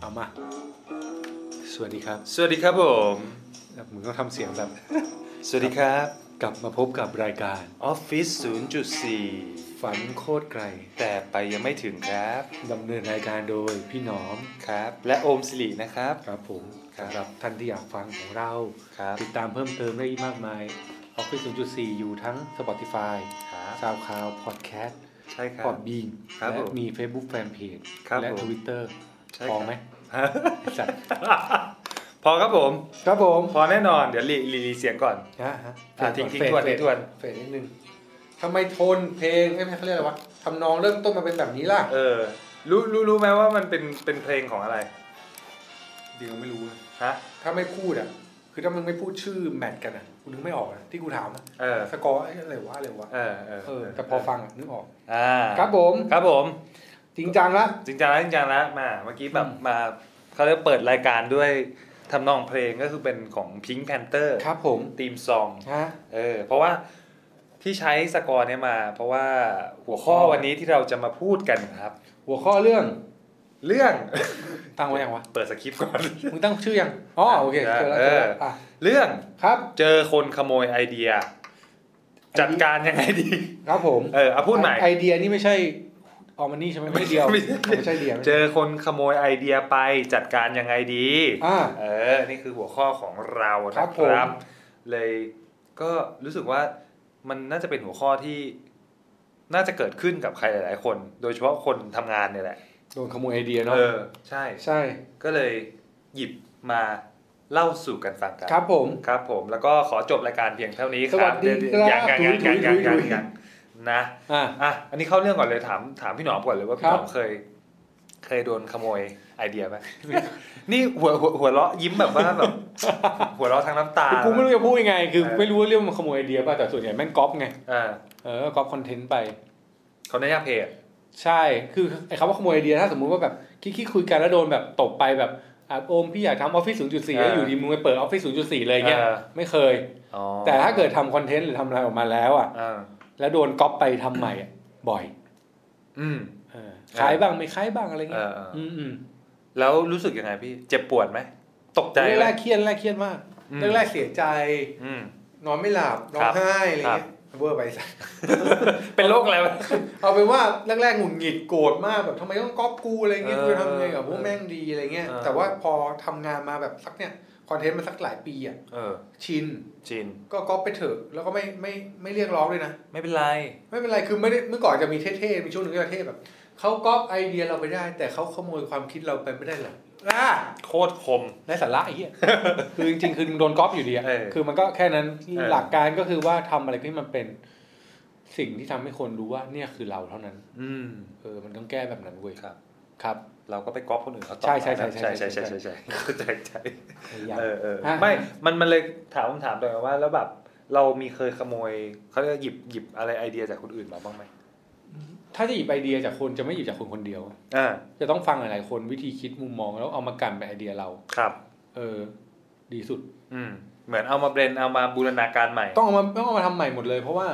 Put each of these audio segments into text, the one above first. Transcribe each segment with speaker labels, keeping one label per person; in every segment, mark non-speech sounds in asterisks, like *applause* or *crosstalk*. Speaker 1: เอามา สวัสดีครับ สวัสดีครับผมมึงต้องทำเสียงแบบ
Speaker 2: สวัสดีครับ
Speaker 1: กลับมาพบกับรายการ
Speaker 2: ออฟฟิศ0.4
Speaker 1: ฝันโคตรไกล
Speaker 2: แต่ไปยังไม่ถึงครับ
Speaker 1: ดำเนินรายการโดยพี่หนอม
Speaker 2: ครับ และโอมสิรินะครับ
Speaker 1: ครับผม
Speaker 2: ครับ
Speaker 1: สำหรับท่านที่อยากฟังของเรา
Speaker 2: ครับ
Speaker 1: ติดตามเพิ่มเติมได้อีกมากมาย Office 0.4 อยู่ทั้ง Spotify
Speaker 2: ครับ
Speaker 1: SoundCloud Podcast
Speaker 2: ใช่ครับ
Speaker 1: Podbean
Speaker 2: ครับ
Speaker 1: และ
Speaker 2: ผม
Speaker 1: มี Facebook Fanpage
Speaker 2: ครับ
Speaker 1: และ
Speaker 2: ผม
Speaker 1: Twitter
Speaker 2: ใช่ค
Speaker 1: พ
Speaker 2: รับ
Speaker 1: อไหมไอ้สัตว์
Speaker 2: *laughs* พอครับผม
Speaker 1: ครับผม
Speaker 2: พอแน่นอน เดี๋ยวรีรีรีเสียงก่อน
Speaker 1: นะฮะ
Speaker 2: อ่ะทิ้งทิ้งทวนทิ้งทวน
Speaker 1: เฟดนิดนึงทำไมโทนเพลงไม่ใช่เขาเรียกอะไรวะทำนองเริ่มต้นมาเป็นแบบนี้ล่ะ
Speaker 2: เออ รู้รู้รู้ไหมว่ามันเป็นเป็นเพลงของอะไร
Speaker 1: เดี๋ยวไม่รู้นะ
Speaker 2: ฮะ
Speaker 1: ถ้าไม่พูดอ่ะ คือถ้ามึงไม่พูดชื่อแมทกันอ่ะกูนึกไม่ออกนะที่กูถามอะ
Speaker 2: เออ
Speaker 1: สกอร์ไอ้อะไรวะอะไรวะ
Speaker 2: เออเออ
Speaker 1: เออแต่พอฟังอ่ะนึกออก
Speaker 2: อ่า
Speaker 1: ครับผม
Speaker 2: ครับผม
Speaker 1: จริงจังละ
Speaker 2: จริงจังแล้วจริงจังแล้วมาเมื่อกี้แบบ
Speaker 1: อืม
Speaker 2: มาเขาเรียกเปิดรายการด้วยทำนองเพลงก็คือเป็นของ Pink Panther
Speaker 1: ครับผม
Speaker 2: ทีมซอง
Speaker 1: ฮะ
Speaker 2: เออเพราะว่าที่ใช้สกอร์เนี่ยมา เพราะว่าหัวข้อ
Speaker 1: หัวข้อ
Speaker 2: วันนี้ที่เราจะมาพูดกันครับ
Speaker 1: หัวข้อเรื่อง
Speaker 2: เรื่อง
Speaker 1: *laughs* ตั้งไว้ยังวะ
Speaker 2: เปิดสคริปต์
Speaker 1: *laughs*
Speaker 2: ก่อน
Speaker 1: มึงตั้งชื่อยังอ๋อโอเคเจอแล้วเจอแล้วอ่ะ
Speaker 2: เรื่อง
Speaker 1: ครับ
Speaker 2: เจอคนขโมยไอเดีย จัดการยังไงดี
Speaker 1: *laughs* ครับผม
Speaker 2: เออเอาพูดใหม่
Speaker 1: ไอเดียนี่ไม่ใช่ออมันนี่ใช่ไหมไม่ใช่เดียว
Speaker 2: ไม่ใช่
Speaker 1: ไม่ใช่เดียว
Speaker 2: เจอคนขโมยไอเดียไปจัดการยังไงดี
Speaker 1: อ่า
Speaker 2: เออนี่คือหัวข้อของเรา
Speaker 1: ครั
Speaker 2: นะ
Speaker 1: บ
Speaker 2: ค
Speaker 1: ผม
Speaker 2: รับ เลยก็รู้สึกว่ามันน่าจะเป็นหัวข้อที่น่าจะเกิดขึ้นกับใครหลาย ๆ คน โดยเฉพาะคนทำงานเนี่ยแหละ
Speaker 1: โดนขโมยไอเดียเนาะ
Speaker 2: เออใช่
Speaker 1: ใช่
Speaker 2: ก็เลยหยิบมาเล่าสู่กันฟังกัน
Speaker 1: ครับผม
Speaker 2: ครับผมแล้วก็ขอจบรายการเพียงเท่านี้ค
Speaker 1: สวั
Speaker 2: รั
Speaker 1: ส
Speaker 2: บ
Speaker 1: ดีครับ
Speaker 2: อย่างกันอย่างกันอย่างกันอย่างกันนะ
Speaker 1: อ่ะ
Speaker 2: อ่ะอันนี้เข้าเรื่องก่อนเลยถามถามพี่หนอมก่อนเลยว่า
Speaker 1: ครั
Speaker 2: พี่
Speaker 1: บ
Speaker 2: หนอมเคย เคยโดนขโมยไอเดียไหม นี่หัวหัวหัวเราะยิ้มแบบว่าแบบ หัวเราะทั้งน้ำตา
Speaker 1: คือกูไม่รู้จะพูดยังไง คือ
Speaker 2: เออ
Speaker 1: ไม่รู้ว่าเรื่องมันขโมยไอเดียป่ะแต่ส่วนใหญ่แม่งก๊อปไง
Speaker 2: เออ
Speaker 1: เออก๊อปคอนเทนต์ไป
Speaker 2: เขาในหน้าเพจ
Speaker 1: ใช่ คือไอ้คำว่าขโมยไอเดียถ้าสมมุติว่าแบบคิดๆคุยกันแล้วโดนแบบตบไปแบบอ่ะโอมพี่อยากทำออฟฟิศ0.4แล้วอยู่ดีมึงไปเปิดออฟฟิศ0.4เลยเงี้ย ไม่เคย
Speaker 2: อ๋อ
Speaker 1: แต่ถ้าเกิดทำคอนเทนต์หรือทำอะไรออกมาแล้วอ่ะ
Speaker 2: อ่า
Speaker 1: แล้วโดนก๊อปไปทำใหม่อ่ะบ่อย
Speaker 2: อืม
Speaker 1: เออ
Speaker 2: เออ
Speaker 1: ขายบ้างไม่ขายบ้างอะไร
Speaker 2: เอ
Speaker 1: เงี้ย
Speaker 2: อเออ
Speaker 1: มอืม
Speaker 2: แล้วรู้สึกยังไงพี่ เจ็บปวดไหมตกใจไหม
Speaker 1: แรกๆเครียดแรกๆเครียดมาก
Speaker 2: อืม
Speaker 1: แรกๆเสียใจ
Speaker 2: อืม
Speaker 1: นอนไม่หลับร้อง
Speaker 2: ครับ
Speaker 1: ไห้อะไรเงี้
Speaker 2: ครั
Speaker 1: ยเวอร์ไปซะ
Speaker 2: *laughs* เป็นโรคอะไรวะ
Speaker 1: เอาเป็นว่าแรกๆหงุดหงิดโกรธมากแบบทำไมต้องก๊อปกูอะไรเงี้ย
Speaker 2: เออ
Speaker 1: กูจะทำไงกับพวกแม่งดีอะไรเงี้ย
Speaker 2: เออ
Speaker 1: แต่ว่าพอทำงานมาแบบสักเนี่ยคอนเทนต์มันสักหลายปีอ่ะ
Speaker 2: เออ
Speaker 1: ชิน
Speaker 2: จิน
Speaker 1: ก็ก๊อปไปเถอะแล้วก็ไม่ไม่ไม่เรียกร้องเลยนะ
Speaker 2: ไม่เป็นไร
Speaker 1: ไม่เป็นไรคือไม่ได้เมื่อก่อนจะมีเท่ๆมีช่วงหนึ่งที่เราเท่แบบเขาก๊อปไอเดียเราไปได้ แต่เขาขโมยความคิดเราไปไม่ได้หรอกอ่า
Speaker 2: โคตรคม
Speaker 1: ไร้สาระไอ้เหี้ย *laughs* คือจริงๆคือมึงโดนก๊อปอยู่ดีอ่ะ
Speaker 2: เออ
Speaker 1: คือมันก็แค่นั้น
Speaker 2: เออ
Speaker 1: หลักการก็คือว่าทำอะไรที่มันเป็นสิ่งที่ทำให้คนรู้ว่าเนี่ยคือเราเท่านั้น
Speaker 2: อืม
Speaker 1: เออมันต้องแก้แบบนั้นเว้ย
Speaker 2: ครับ
Speaker 1: ครับ
Speaker 2: เราก็ไปก๊อปคนอื่นเขาต่อ
Speaker 1: ใช่ใช่ใช่
Speaker 2: ใช่
Speaker 1: ใช่
Speaker 2: ใช่
Speaker 1: ใช่
Speaker 2: ใช่ใช่ใช่เข้าใจใจ
Speaker 1: พยายาม
Speaker 2: เออเออ
Speaker 1: ฮะ
Speaker 2: ไม่ มันมันเลยถามคำถามตัวเองว่าแล้วแบบ เรามีเคยขโมยเขาเรียกว่าหยิบหยิบอะไรไอเดียจากคนอื่นมาบ้างไหม
Speaker 1: ถ้าจะหยิบไอเดียจากคนจะไม่หยิบจากคนคนเดียว
Speaker 2: อ่า
Speaker 1: จะต้องฟังหลายๆคนวิธีคิดมุมมองแล้วเอามากลันเป็นไอเดียเรา
Speaker 2: ครับ
Speaker 1: เออ ดีสุด
Speaker 2: อืม เหมือนเอามาเบรนเอามาบูรณาการใหม่
Speaker 1: ต้องเอามาต้องเอามาทำใหม่หมดเลยเพราะว่า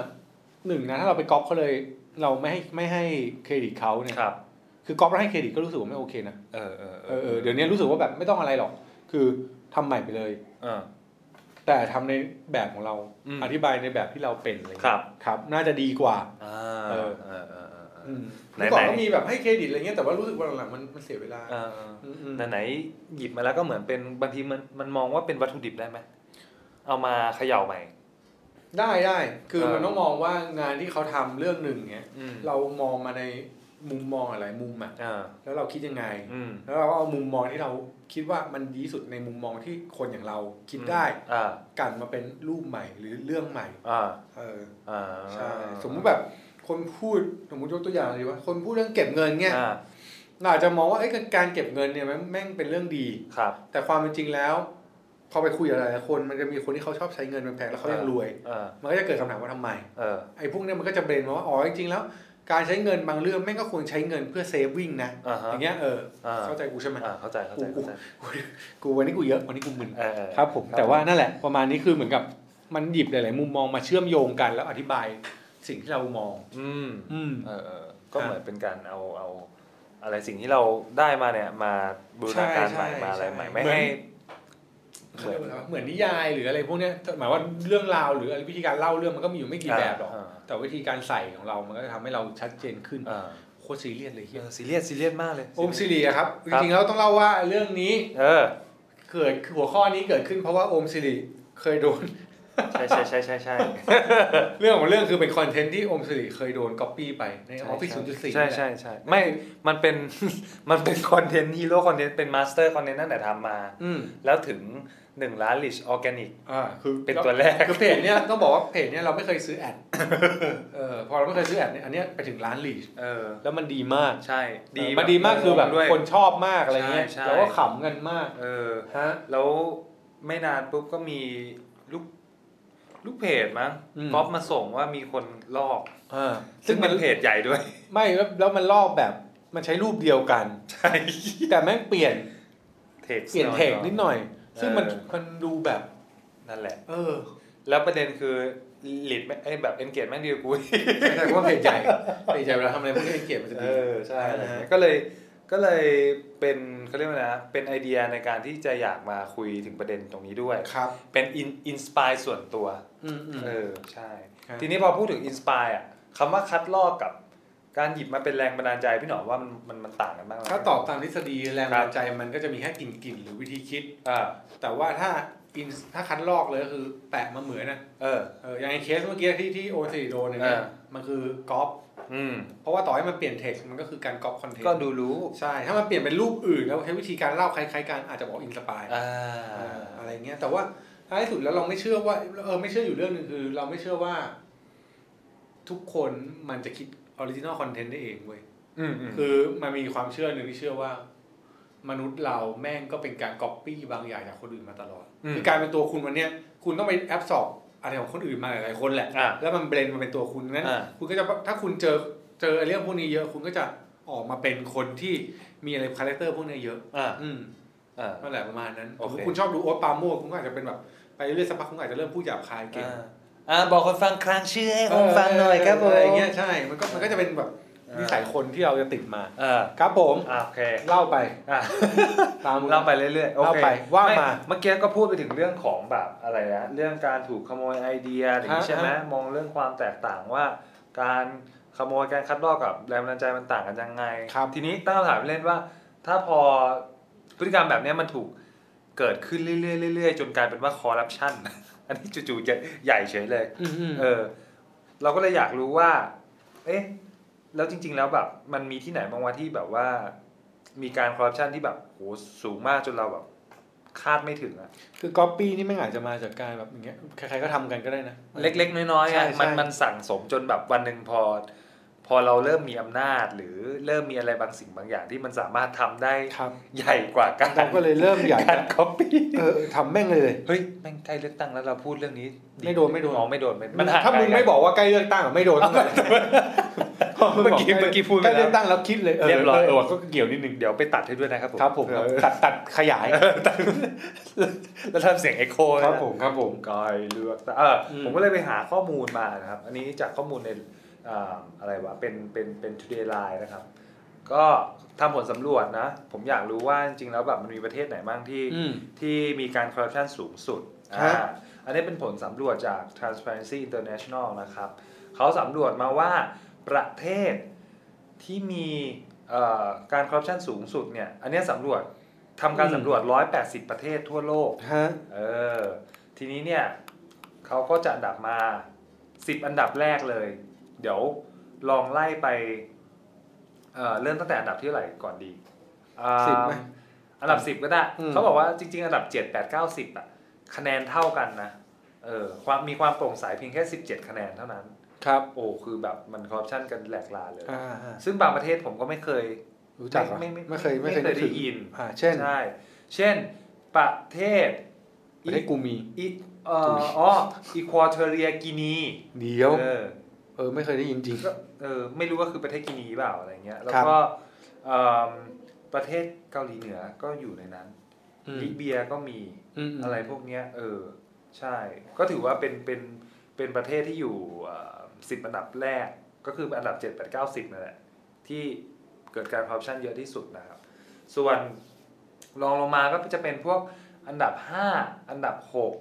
Speaker 1: หนึ่งนะถ้าเราไปก๊อปเขาเลย เราไม่ให้ไม่ให้เครดิตเขาเนี่ย
Speaker 2: ครับ
Speaker 1: คือก๊อปแล้วให้เครดิตก็รู้สึกว่าไม่โอเคนะ
Speaker 2: เออเออ
Speaker 1: เออเออเดี๋ยวนี้รู้สึกว่าแบบไม่ต้องอะไรหรอก คือทำใหม่ไปเลย
Speaker 2: เออ
Speaker 1: แต่ทำในแบบของเรา
Speaker 2: อืม
Speaker 1: อธิบายในแบบที่เราเป็นอะไรเลย
Speaker 2: ครับ
Speaker 1: ครับ น่าจะดีกว่า
Speaker 2: อ่า
Speaker 1: เอ
Speaker 2: เอ
Speaker 1: อ
Speaker 2: อเออเออเออเออ
Speaker 1: อืม
Speaker 2: ไหนๆ
Speaker 1: เมื่อก่อนก็มีแบบให้เครดิตอะไรเงี้ยแต่ว่ารู้สึกว่าหลังๆมันมันเสียเวลา
Speaker 2: เออเออ
Speaker 1: อืมอืม
Speaker 2: ไหนๆหยิบมาแล้วก็เหมือนเป็นบางทีมันมันมองว่าเป็นวัตถุดิบได้ไหมเอามาเขย่าใหม่
Speaker 1: ได้ได้คือ
Speaker 2: เออ
Speaker 1: มันต้องมองว่างานที่เขาทำเรื่องหนึ่งเนี้ย
Speaker 2: อืม
Speaker 1: เรามองมาในมุมมองอะไรมุมอะ
Speaker 2: เออ
Speaker 1: แล้วเราคิดยังไง
Speaker 2: อืม
Speaker 1: แล้วเราก็เอามุมมองที่เราคิดว่ามันดีที่สุดในมุมมองที่คนอย่างเราคิดได้
Speaker 2: อ่าก
Speaker 1: ลันมาเป็นรูปใหม่หรือเรื่องใหม่
Speaker 2: อ่า
Speaker 1: เออ
Speaker 2: อ่า
Speaker 1: ใช่สมมุติแบบคนพูดสมมุติยกตัวอย่างเลยว่าคนพูดเรื่องเก็บเงินเงี้ย
Speaker 2: อ่า
Speaker 1: เราอาจจะมองว่าเอ้ยการเก็บเงินเนี่ยมันแม่งเป็นเรื่องดี
Speaker 2: ครับ
Speaker 1: แต่ความเป็นจริงแล้ว พอไปคุยกับหลายๆคนมันจะมีคนที่เขาชอบใช้เงินแพงๆแล้วเขายังรวย
Speaker 2: เออ
Speaker 1: มันก็จะเกิดคำถามว่าทำไม
Speaker 2: เออ
Speaker 1: ไอ้พวกเนี้ยมันก็จะเบรนมาว่าอ๋อจริงๆแล้ว การใช้เงินบางเรื่องแม่งก็ควรใช้เงินเพื่อเซฟวิ่งนะ
Speaker 2: อ่าฮะ
Speaker 1: อย่างเงี้ยเอออา เข้าใจกูใช่ไหม
Speaker 2: อ่าเข้าใจเข้าใจเข้าใจ
Speaker 1: กูวันนี้กูเยอะวันนี้กูมึน
Speaker 2: เออเออ
Speaker 1: ครับผมแต่ว่านั่นแหละประมาณนี้คือเหมือนกับมันหยิบหลาย ๆ มุมมองมาเชื่อมโยงกันแล้วอธิบายสิ่งที่เรามอง
Speaker 2: อืม
Speaker 1: อืม
Speaker 2: เออเออก็เหมือนเป็นการเอาเอาอะไรสิ่งที่เราได้มาเนี่ยมาบูรณาการใหม่
Speaker 1: ใช่
Speaker 2: มาอะไร
Speaker 1: ใช่
Speaker 2: ใหม่ไม่
Speaker 1: เหมือน
Speaker 2: ให้
Speaker 1: เขาเรียกว่าอะไรวะเหมือนนิยายหรืออะไรพวกเนี้ยหมายว่าเรื่องราวหรืออะไรวิธีการเล่าเรื่องมันก็มีอยู่ไม่กี่
Speaker 2: อ่า
Speaker 1: แบบหรอก
Speaker 2: อ่า
Speaker 1: แต่วิธีการใส่ของเรามันก็จะทำให้เราชัดเจนขึ้น
Speaker 2: เออ
Speaker 1: โคตรซีเรียสเลยเฮีย
Speaker 2: ซีเรียสซีเรียสมากเลย
Speaker 1: โอมซิริอะครับจ
Speaker 2: ครับ
Speaker 1: ริงๆแล้วต้องเล่าว่าเรื่องนี้
Speaker 2: เออ
Speaker 1: เกิดหัวข้อนี้เกิดขึ้นเพราะว่าโอมซิริเคยโดน *laughs*
Speaker 2: ใช่ใช่ใช่ใช่ใช่
Speaker 1: เรื่องของเรื่องคือเป็นคอนเทนต์ที่โอมซิริเคยโดนก๊อปปี้ไปใน *laughs* ออฟฟิศศูนย์จุดสี่
Speaker 2: ใช่ใช่ใช่ไม่มันเป็น *laughs* มันเป็นคอนเทนต์ฮีโร่คอนเทนต์เป็นมาสเตอร์คอนเทนต์ตั้งแต่ทำมา
Speaker 1: อืม
Speaker 2: แล้วถึง 1 ล้านลิชออร์แกนิก
Speaker 1: อ่าคือ
Speaker 2: เป็นตัวแรก
Speaker 1: คือเพจเนี้ยต้องบอกว่าเพจเนี้ยเราไม่เคยซื้อแอด *laughs* เออพอเราไม่เคยซื้อแอดเนี่ยอันเนี้ยไปถึงล้านลีช
Speaker 2: เออ
Speaker 1: แล้วมันดีมาก
Speaker 2: ใช่
Speaker 1: ดี
Speaker 2: มั
Speaker 1: มัน น
Speaker 2: ดีมาม
Speaker 1: ดีาก ก
Speaker 2: คื
Speaker 1: คืออ
Speaker 2: แบ
Speaker 1: แบบ บคนชอบมากอะไรเงี้ย
Speaker 2: ใช่ใช่
Speaker 1: เราก็ขำกันมาก
Speaker 2: เออ
Speaker 1: ฮะ
Speaker 2: แล้วไม่นานปุ๊บก็มีลูกลูกเพจมั้ง
Speaker 1: อืม
Speaker 2: ก๊อปมาส่งว่ามีคนลอก
Speaker 1: อ่า
Speaker 2: ซึ่
Speaker 1: ซึ่
Speaker 2: ง
Speaker 1: ง
Speaker 2: มั
Speaker 1: มัน น
Speaker 2: เพจใหญ่ด้วย
Speaker 1: ไม่แล้วแล้วมันลอกแบบมันใช้รูปเดียวกัน
Speaker 2: ใช่
Speaker 1: แต่แม่งเปลี่ยน
Speaker 2: เทค
Speaker 1: เปลี่ยนเทคนิดหน่อย ซึ่งมันมันดูแบบ
Speaker 2: นั่นแหละ
Speaker 1: เออ
Speaker 2: แล้วประเด็นคือลิดไม่ไอ้ยแบบเอนเกจแม่งดีกว่ากู
Speaker 1: แต่ว่าเพจใหญ่ *laughs* เพจใหญ่เวลาทำอะไรพวกนี้เกลียดมันจะดี
Speaker 2: อใช่อะไร
Speaker 1: อ่า
Speaker 2: เงี้ย
Speaker 1: ฮะ
Speaker 2: ก็เลยก็เลยเป็นเขาเรียกว่านะ เป็นไอเดียในการที่จะอยากมาคุยถึงประเด็นตรงนี้ด้วย
Speaker 1: ครับ
Speaker 2: เป็นอินอินสปายส่วนตัว
Speaker 1: อืมอืม
Speaker 2: เออใช่
Speaker 1: ครับ
Speaker 2: ทีนี้พอพูดถึงอินสปายอ่ะคำว่าคัดลอกกับการหยิบมาเป็นแรงบันดาลใจพี่หนอมว่ามันมันมันต่างกันมากไหม
Speaker 1: ถ้าตอบตามทฤษฎีแรง
Speaker 2: ครั
Speaker 1: บันดา
Speaker 2: บ
Speaker 1: ลใจมันก็จะมีแค่กลิ่นกลิ่นๆหรือวิธีคิด
Speaker 2: อ่า
Speaker 1: แต่ว่าถ้าอินถ้าคัดลอกเลยก็คือแปะมาเหมือนนะ
Speaker 2: เออ
Speaker 1: เอออย่างในเคสเมื่อกี้ที่ที่โอซีโดนอย่างเงี้ย
Speaker 2: อ่า
Speaker 1: มันคือก๊อป
Speaker 2: อืม
Speaker 1: เพราะว่าต่อให้มันเปลี่ยนเท็กซ์มันก็คือการก๊อปคอนเทน
Speaker 2: ก็
Speaker 1: ต์
Speaker 2: ดูรู้
Speaker 1: ใช่ ถ้ามันเปลี่ยนเป็นรูปอื่นแล้วใช้วิธีการเล่าคล้ายๆกันอาจจะบอกอินสปาย
Speaker 2: อ่า
Speaker 1: อะไรเงี้ยแต่ว่าท้ายสุดแล้วเราไม่เชื่อว่าเออไม่เชื่ออยู่เรื่องหนึ่งคือ เราไม่เชื่อว่า ทุกคนมันจะคิดออริจินอลคอนเทนต์ได้เองเว้ย
Speaker 2: อืมอืม
Speaker 1: คือมันมีความเชื่อหนึ่งที่เชื่อว่า มนุษย์เราแม่งก็เป็นการก๊อปปี้บางอย่างจากคนอื่นมาตลอด คือกลารเป็นตัวคุณวันเนี้ยคุณต้องไปแอบสอบอะไรของคนอื่นมาหลายๆคนแหละ
Speaker 2: อ่า
Speaker 1: แล้วมันเบรนมาเป็นตัวคุณนั้น
Speaker 2: อ่า
Speaker 1: คุณก็จะถ้าคุณเจอเจอไอ้เรื่องพวกนี้เยอะคุณก็จะออกมาเป็นคนที่มีอะไรคาแรคเตอร์พวกเนี้ยเยอะ
Speaker 2: อ่า
Speaker 1: อืม
Speaker 2: อ่า
Speaker 1: นั่นแหละประมาณนั้น
Speaker 2: โอเค
Speaker 1: สมมุติคุณชอบดูโอ๊ตปาโมกคุณก็อาจจะเป็นแบบไปเรื่อยๆสักพักคุณก็อาจจะเริ่มพูดหยาบคายเก่ง
Speaker 2: อ่าอ่าบอกคนฟังคลางชื่อให้คนฟังหน่อยครับ
Speaker 1: เอ
Speaker 2: ผ
Speaker 1: อ
Speaker 2: ม
Speaker 1: อะไรเงี้ยใช่ มันก็มันก็จะเป็นแบบนิสัยคนที่เราจะติดมา
Speaker 2: เออ
Speaker 1: ครับผม
Speaker 2: อ่าโอเค
Speaker 1: เล่าไป
Speaker 2: อ่า
Speaker 1: ตามมึง
Speaker 2: เล่าไปเรื่อยๆโอ
Speaker 1: เล่า
Speaker 2: เค
Speaker 1: ไปว่า
Speaker 2: ไ
Speaker 1: มา
Speaker 2: เมื่อกี้ก็พูดไปถึงเรื่องของแบบอะไรนะเรื่องการถูกขโมยไอเดียอย่างนี้
Speaker 1: ฮะ
Speaker 2: ใช่ไหมมองเรื่องความแตกต่างว่า การขโมยการคัดลอกกับแรงบันดาลใจมันต่างกันยังไง
Speaker 1: ครับ
Speaker 2: ทีนี้ตั้งคำถามเล่นว่า ถ้าพอพฤติกรรมแบบเนี้ยมันถูกเกิดขึ้นเรื่อยๆเรื่อยๆจนกลายเป็นว่าคอร์รัปชัน อันนี้จู่ๆจะใหญ่เฉยเลย เออ เราก็เลยอยากรู้ว่า เอ๊ะ แล้วจริง ๆ แล้วแบบ มันมีที่ไหนบ้างวะที่แบบว่า มีการคอร์รัปชันที่แบบโหสูงมากจนเราแบบ คาดไม่ถึงอะ
Speaker 1: คือก๊อปปี้นี่ไม่งอาจจะมาจากการแบบอย่างเงี้ยใครๆก็ทำกันก็ได้นะ
Speaker 2: เล็ก ๆ น้อยๆ
Speaker 1: ใช่
Speaker 2: อะ
Speaker 1: ใช่
Speaker 2: มันมันสั่งสมจนแบบวันหนึ่งพอ พอเราเริ่มมีอำนาจ หรือเริ่มมีอะไรบางสิ่งบางอย่างที่มันสามารถทำได้
Speaker 1: ครับ
Speaker 2: ใหญ่กว่าการ
Speaker 1: เราก็เลยเริ่มใหญ่
Speaker 2: การคอปปี้
Speaker 1: เออทำแม่งเลย
Speaker 2: *laughs* เฮ้ยแม่งใกล้เลือกตั้งแล้วเราพูดเรื่องนี้
Speaker 1: ไม่โดนไม่โดน
Speaker 2: อ๋อไม่โดนมันห่
Speaker 1: ถ้ามึง
Speaker 2: ลน
Speaker 1: ไม่บอกว่าใกล้เลือกตั้งอะไม่โดนตั้งแต่
Speaker 2: เมื่อกี้เมื่อกี้พูดไป
Speaker 1: ใกล้
Speaker 2: แล้ว
Speaker 1: เลือกตั้งแล้วคิดเลย
Speaker 2: เรียบร้อย
Speaker 1: ว่ะก็เกี่ยวนิดนึง
Speaker 2: เดี๋ยวไปตัดให้ด้วยนะครับผม
Speaker 1: ครับผม
Speaker 2: เออ
Speaker 1: ตัดตัดขยาย
Speaker 2: แล้วทำเสียงเอ็กโค
Speaker 1: ครับผมครับผม
Speaker 2: กอยเลือกแต่เอออ
Speaker 1: ม
Speaker 2: ผมก็เลยไปหาข้อมูลมานะครับ อันนี้จากข้อมูลในอ่าอะไรวะ เป็น เป็น เป็น Today Line นะครับ ก็ทำผลสำรวจนะ ผมอยากรู้ว่าจริงๆแล้วแบบมันมีประเทศไหนบ้างที่
Speaker 1: อืม
Speaker 2: ที่มีการคอร์รัปชันสูงสุด
Speaker 1: ฮะ
Speaker 2: อ่าอันนี้เป็นผลสำรวจจาก Transparency International นะครับ เขาสำรวจมาว่าประเทศที่มีเอ่อการคอร์รัปชันสูงสุดเนี่ย อันเนี้ยสำรวจทำการสำรวจ 180 ประเทศทั่วโลก
Speaker 1: ฮะ
Speaker 2: เออ ทีนี้เนี่ยเขาก็จะอันดับมา 10 อันดับแรกเลย เดี๋ยวลองไล่ไปเอ่อเริ่มตั้งแต่อันดับที่เท่าไหร่ก่อนดีอ่า
Speaker 1: สิบไหม
Speaker 2: อันดับสิบก็ได้
Speaker 1: อืม
Speaker 2: เขาบอกว่าจริง ๆ อันดับเจ็ดแปดเก้าสิบอ่ะ คะแนนเท่ากันนะ เออ ความมีความโปร่งใสเพียงแค่สิบเจ็ดคะแนนเท่านั้น
Speaker 1: ครับ
Speaker 2: โอ้ คือแบบมันคอร์รัปชันกันแหลกลาเลย
Speaker 1: อ่า
Speaker 2: ซึ่งบางประเทศผมก็ไม่เคย
Speaker 1: รู้จักเหรอ
Speaker 2: ไม่ไม่
Speaker 1: ไม่เคยไม่เคย
Speaker 2: ไม่เค
Speaker 1: นึ
Speaker 2: ย
Speaker 1: ก
Speaker 2: ได้
Speaker 1: ถึง
Speaker 2: ยิน
Speaker 1: อ่าเช่น
Speaker 2: ใช่เช่น ประเทศ
Speaker 1: ประเทศกูมี
Speaker 2: อีเอ่ออ๋ออีควอเทเรียกินี
Speaker 1: เดียว
Speaker 2: เออ
Speaker 1: เออ ไม่เคยได้ยินจริง
Speaker 2: ก็เออไม่รู้ว่าคือประเทศกินีเปล่าอะไรเงี้ย แล้ว
Speaker 1: ครับ
Speaker 2: ก็เอิ่มประเทศเกาหลีเหนือก็อยู่ในนั้นลิเบียก็มี
Speaker 1: อืมอืม
Speaker 2: อะไรพวกเนี้ยเออใช่ ก็ถือว่าเป็นเป็นเป็นประเทศที่อยู่สิบอันดับแรกก็คืออันดับเจ็ดแปดเก้าสิบนั่นแหละที่เกิดการคอร์รัปชันเยอะที่สุดนะครับ ส่วนรองลงมาก็จะเป็นพวกอันดับห้าอันดับหก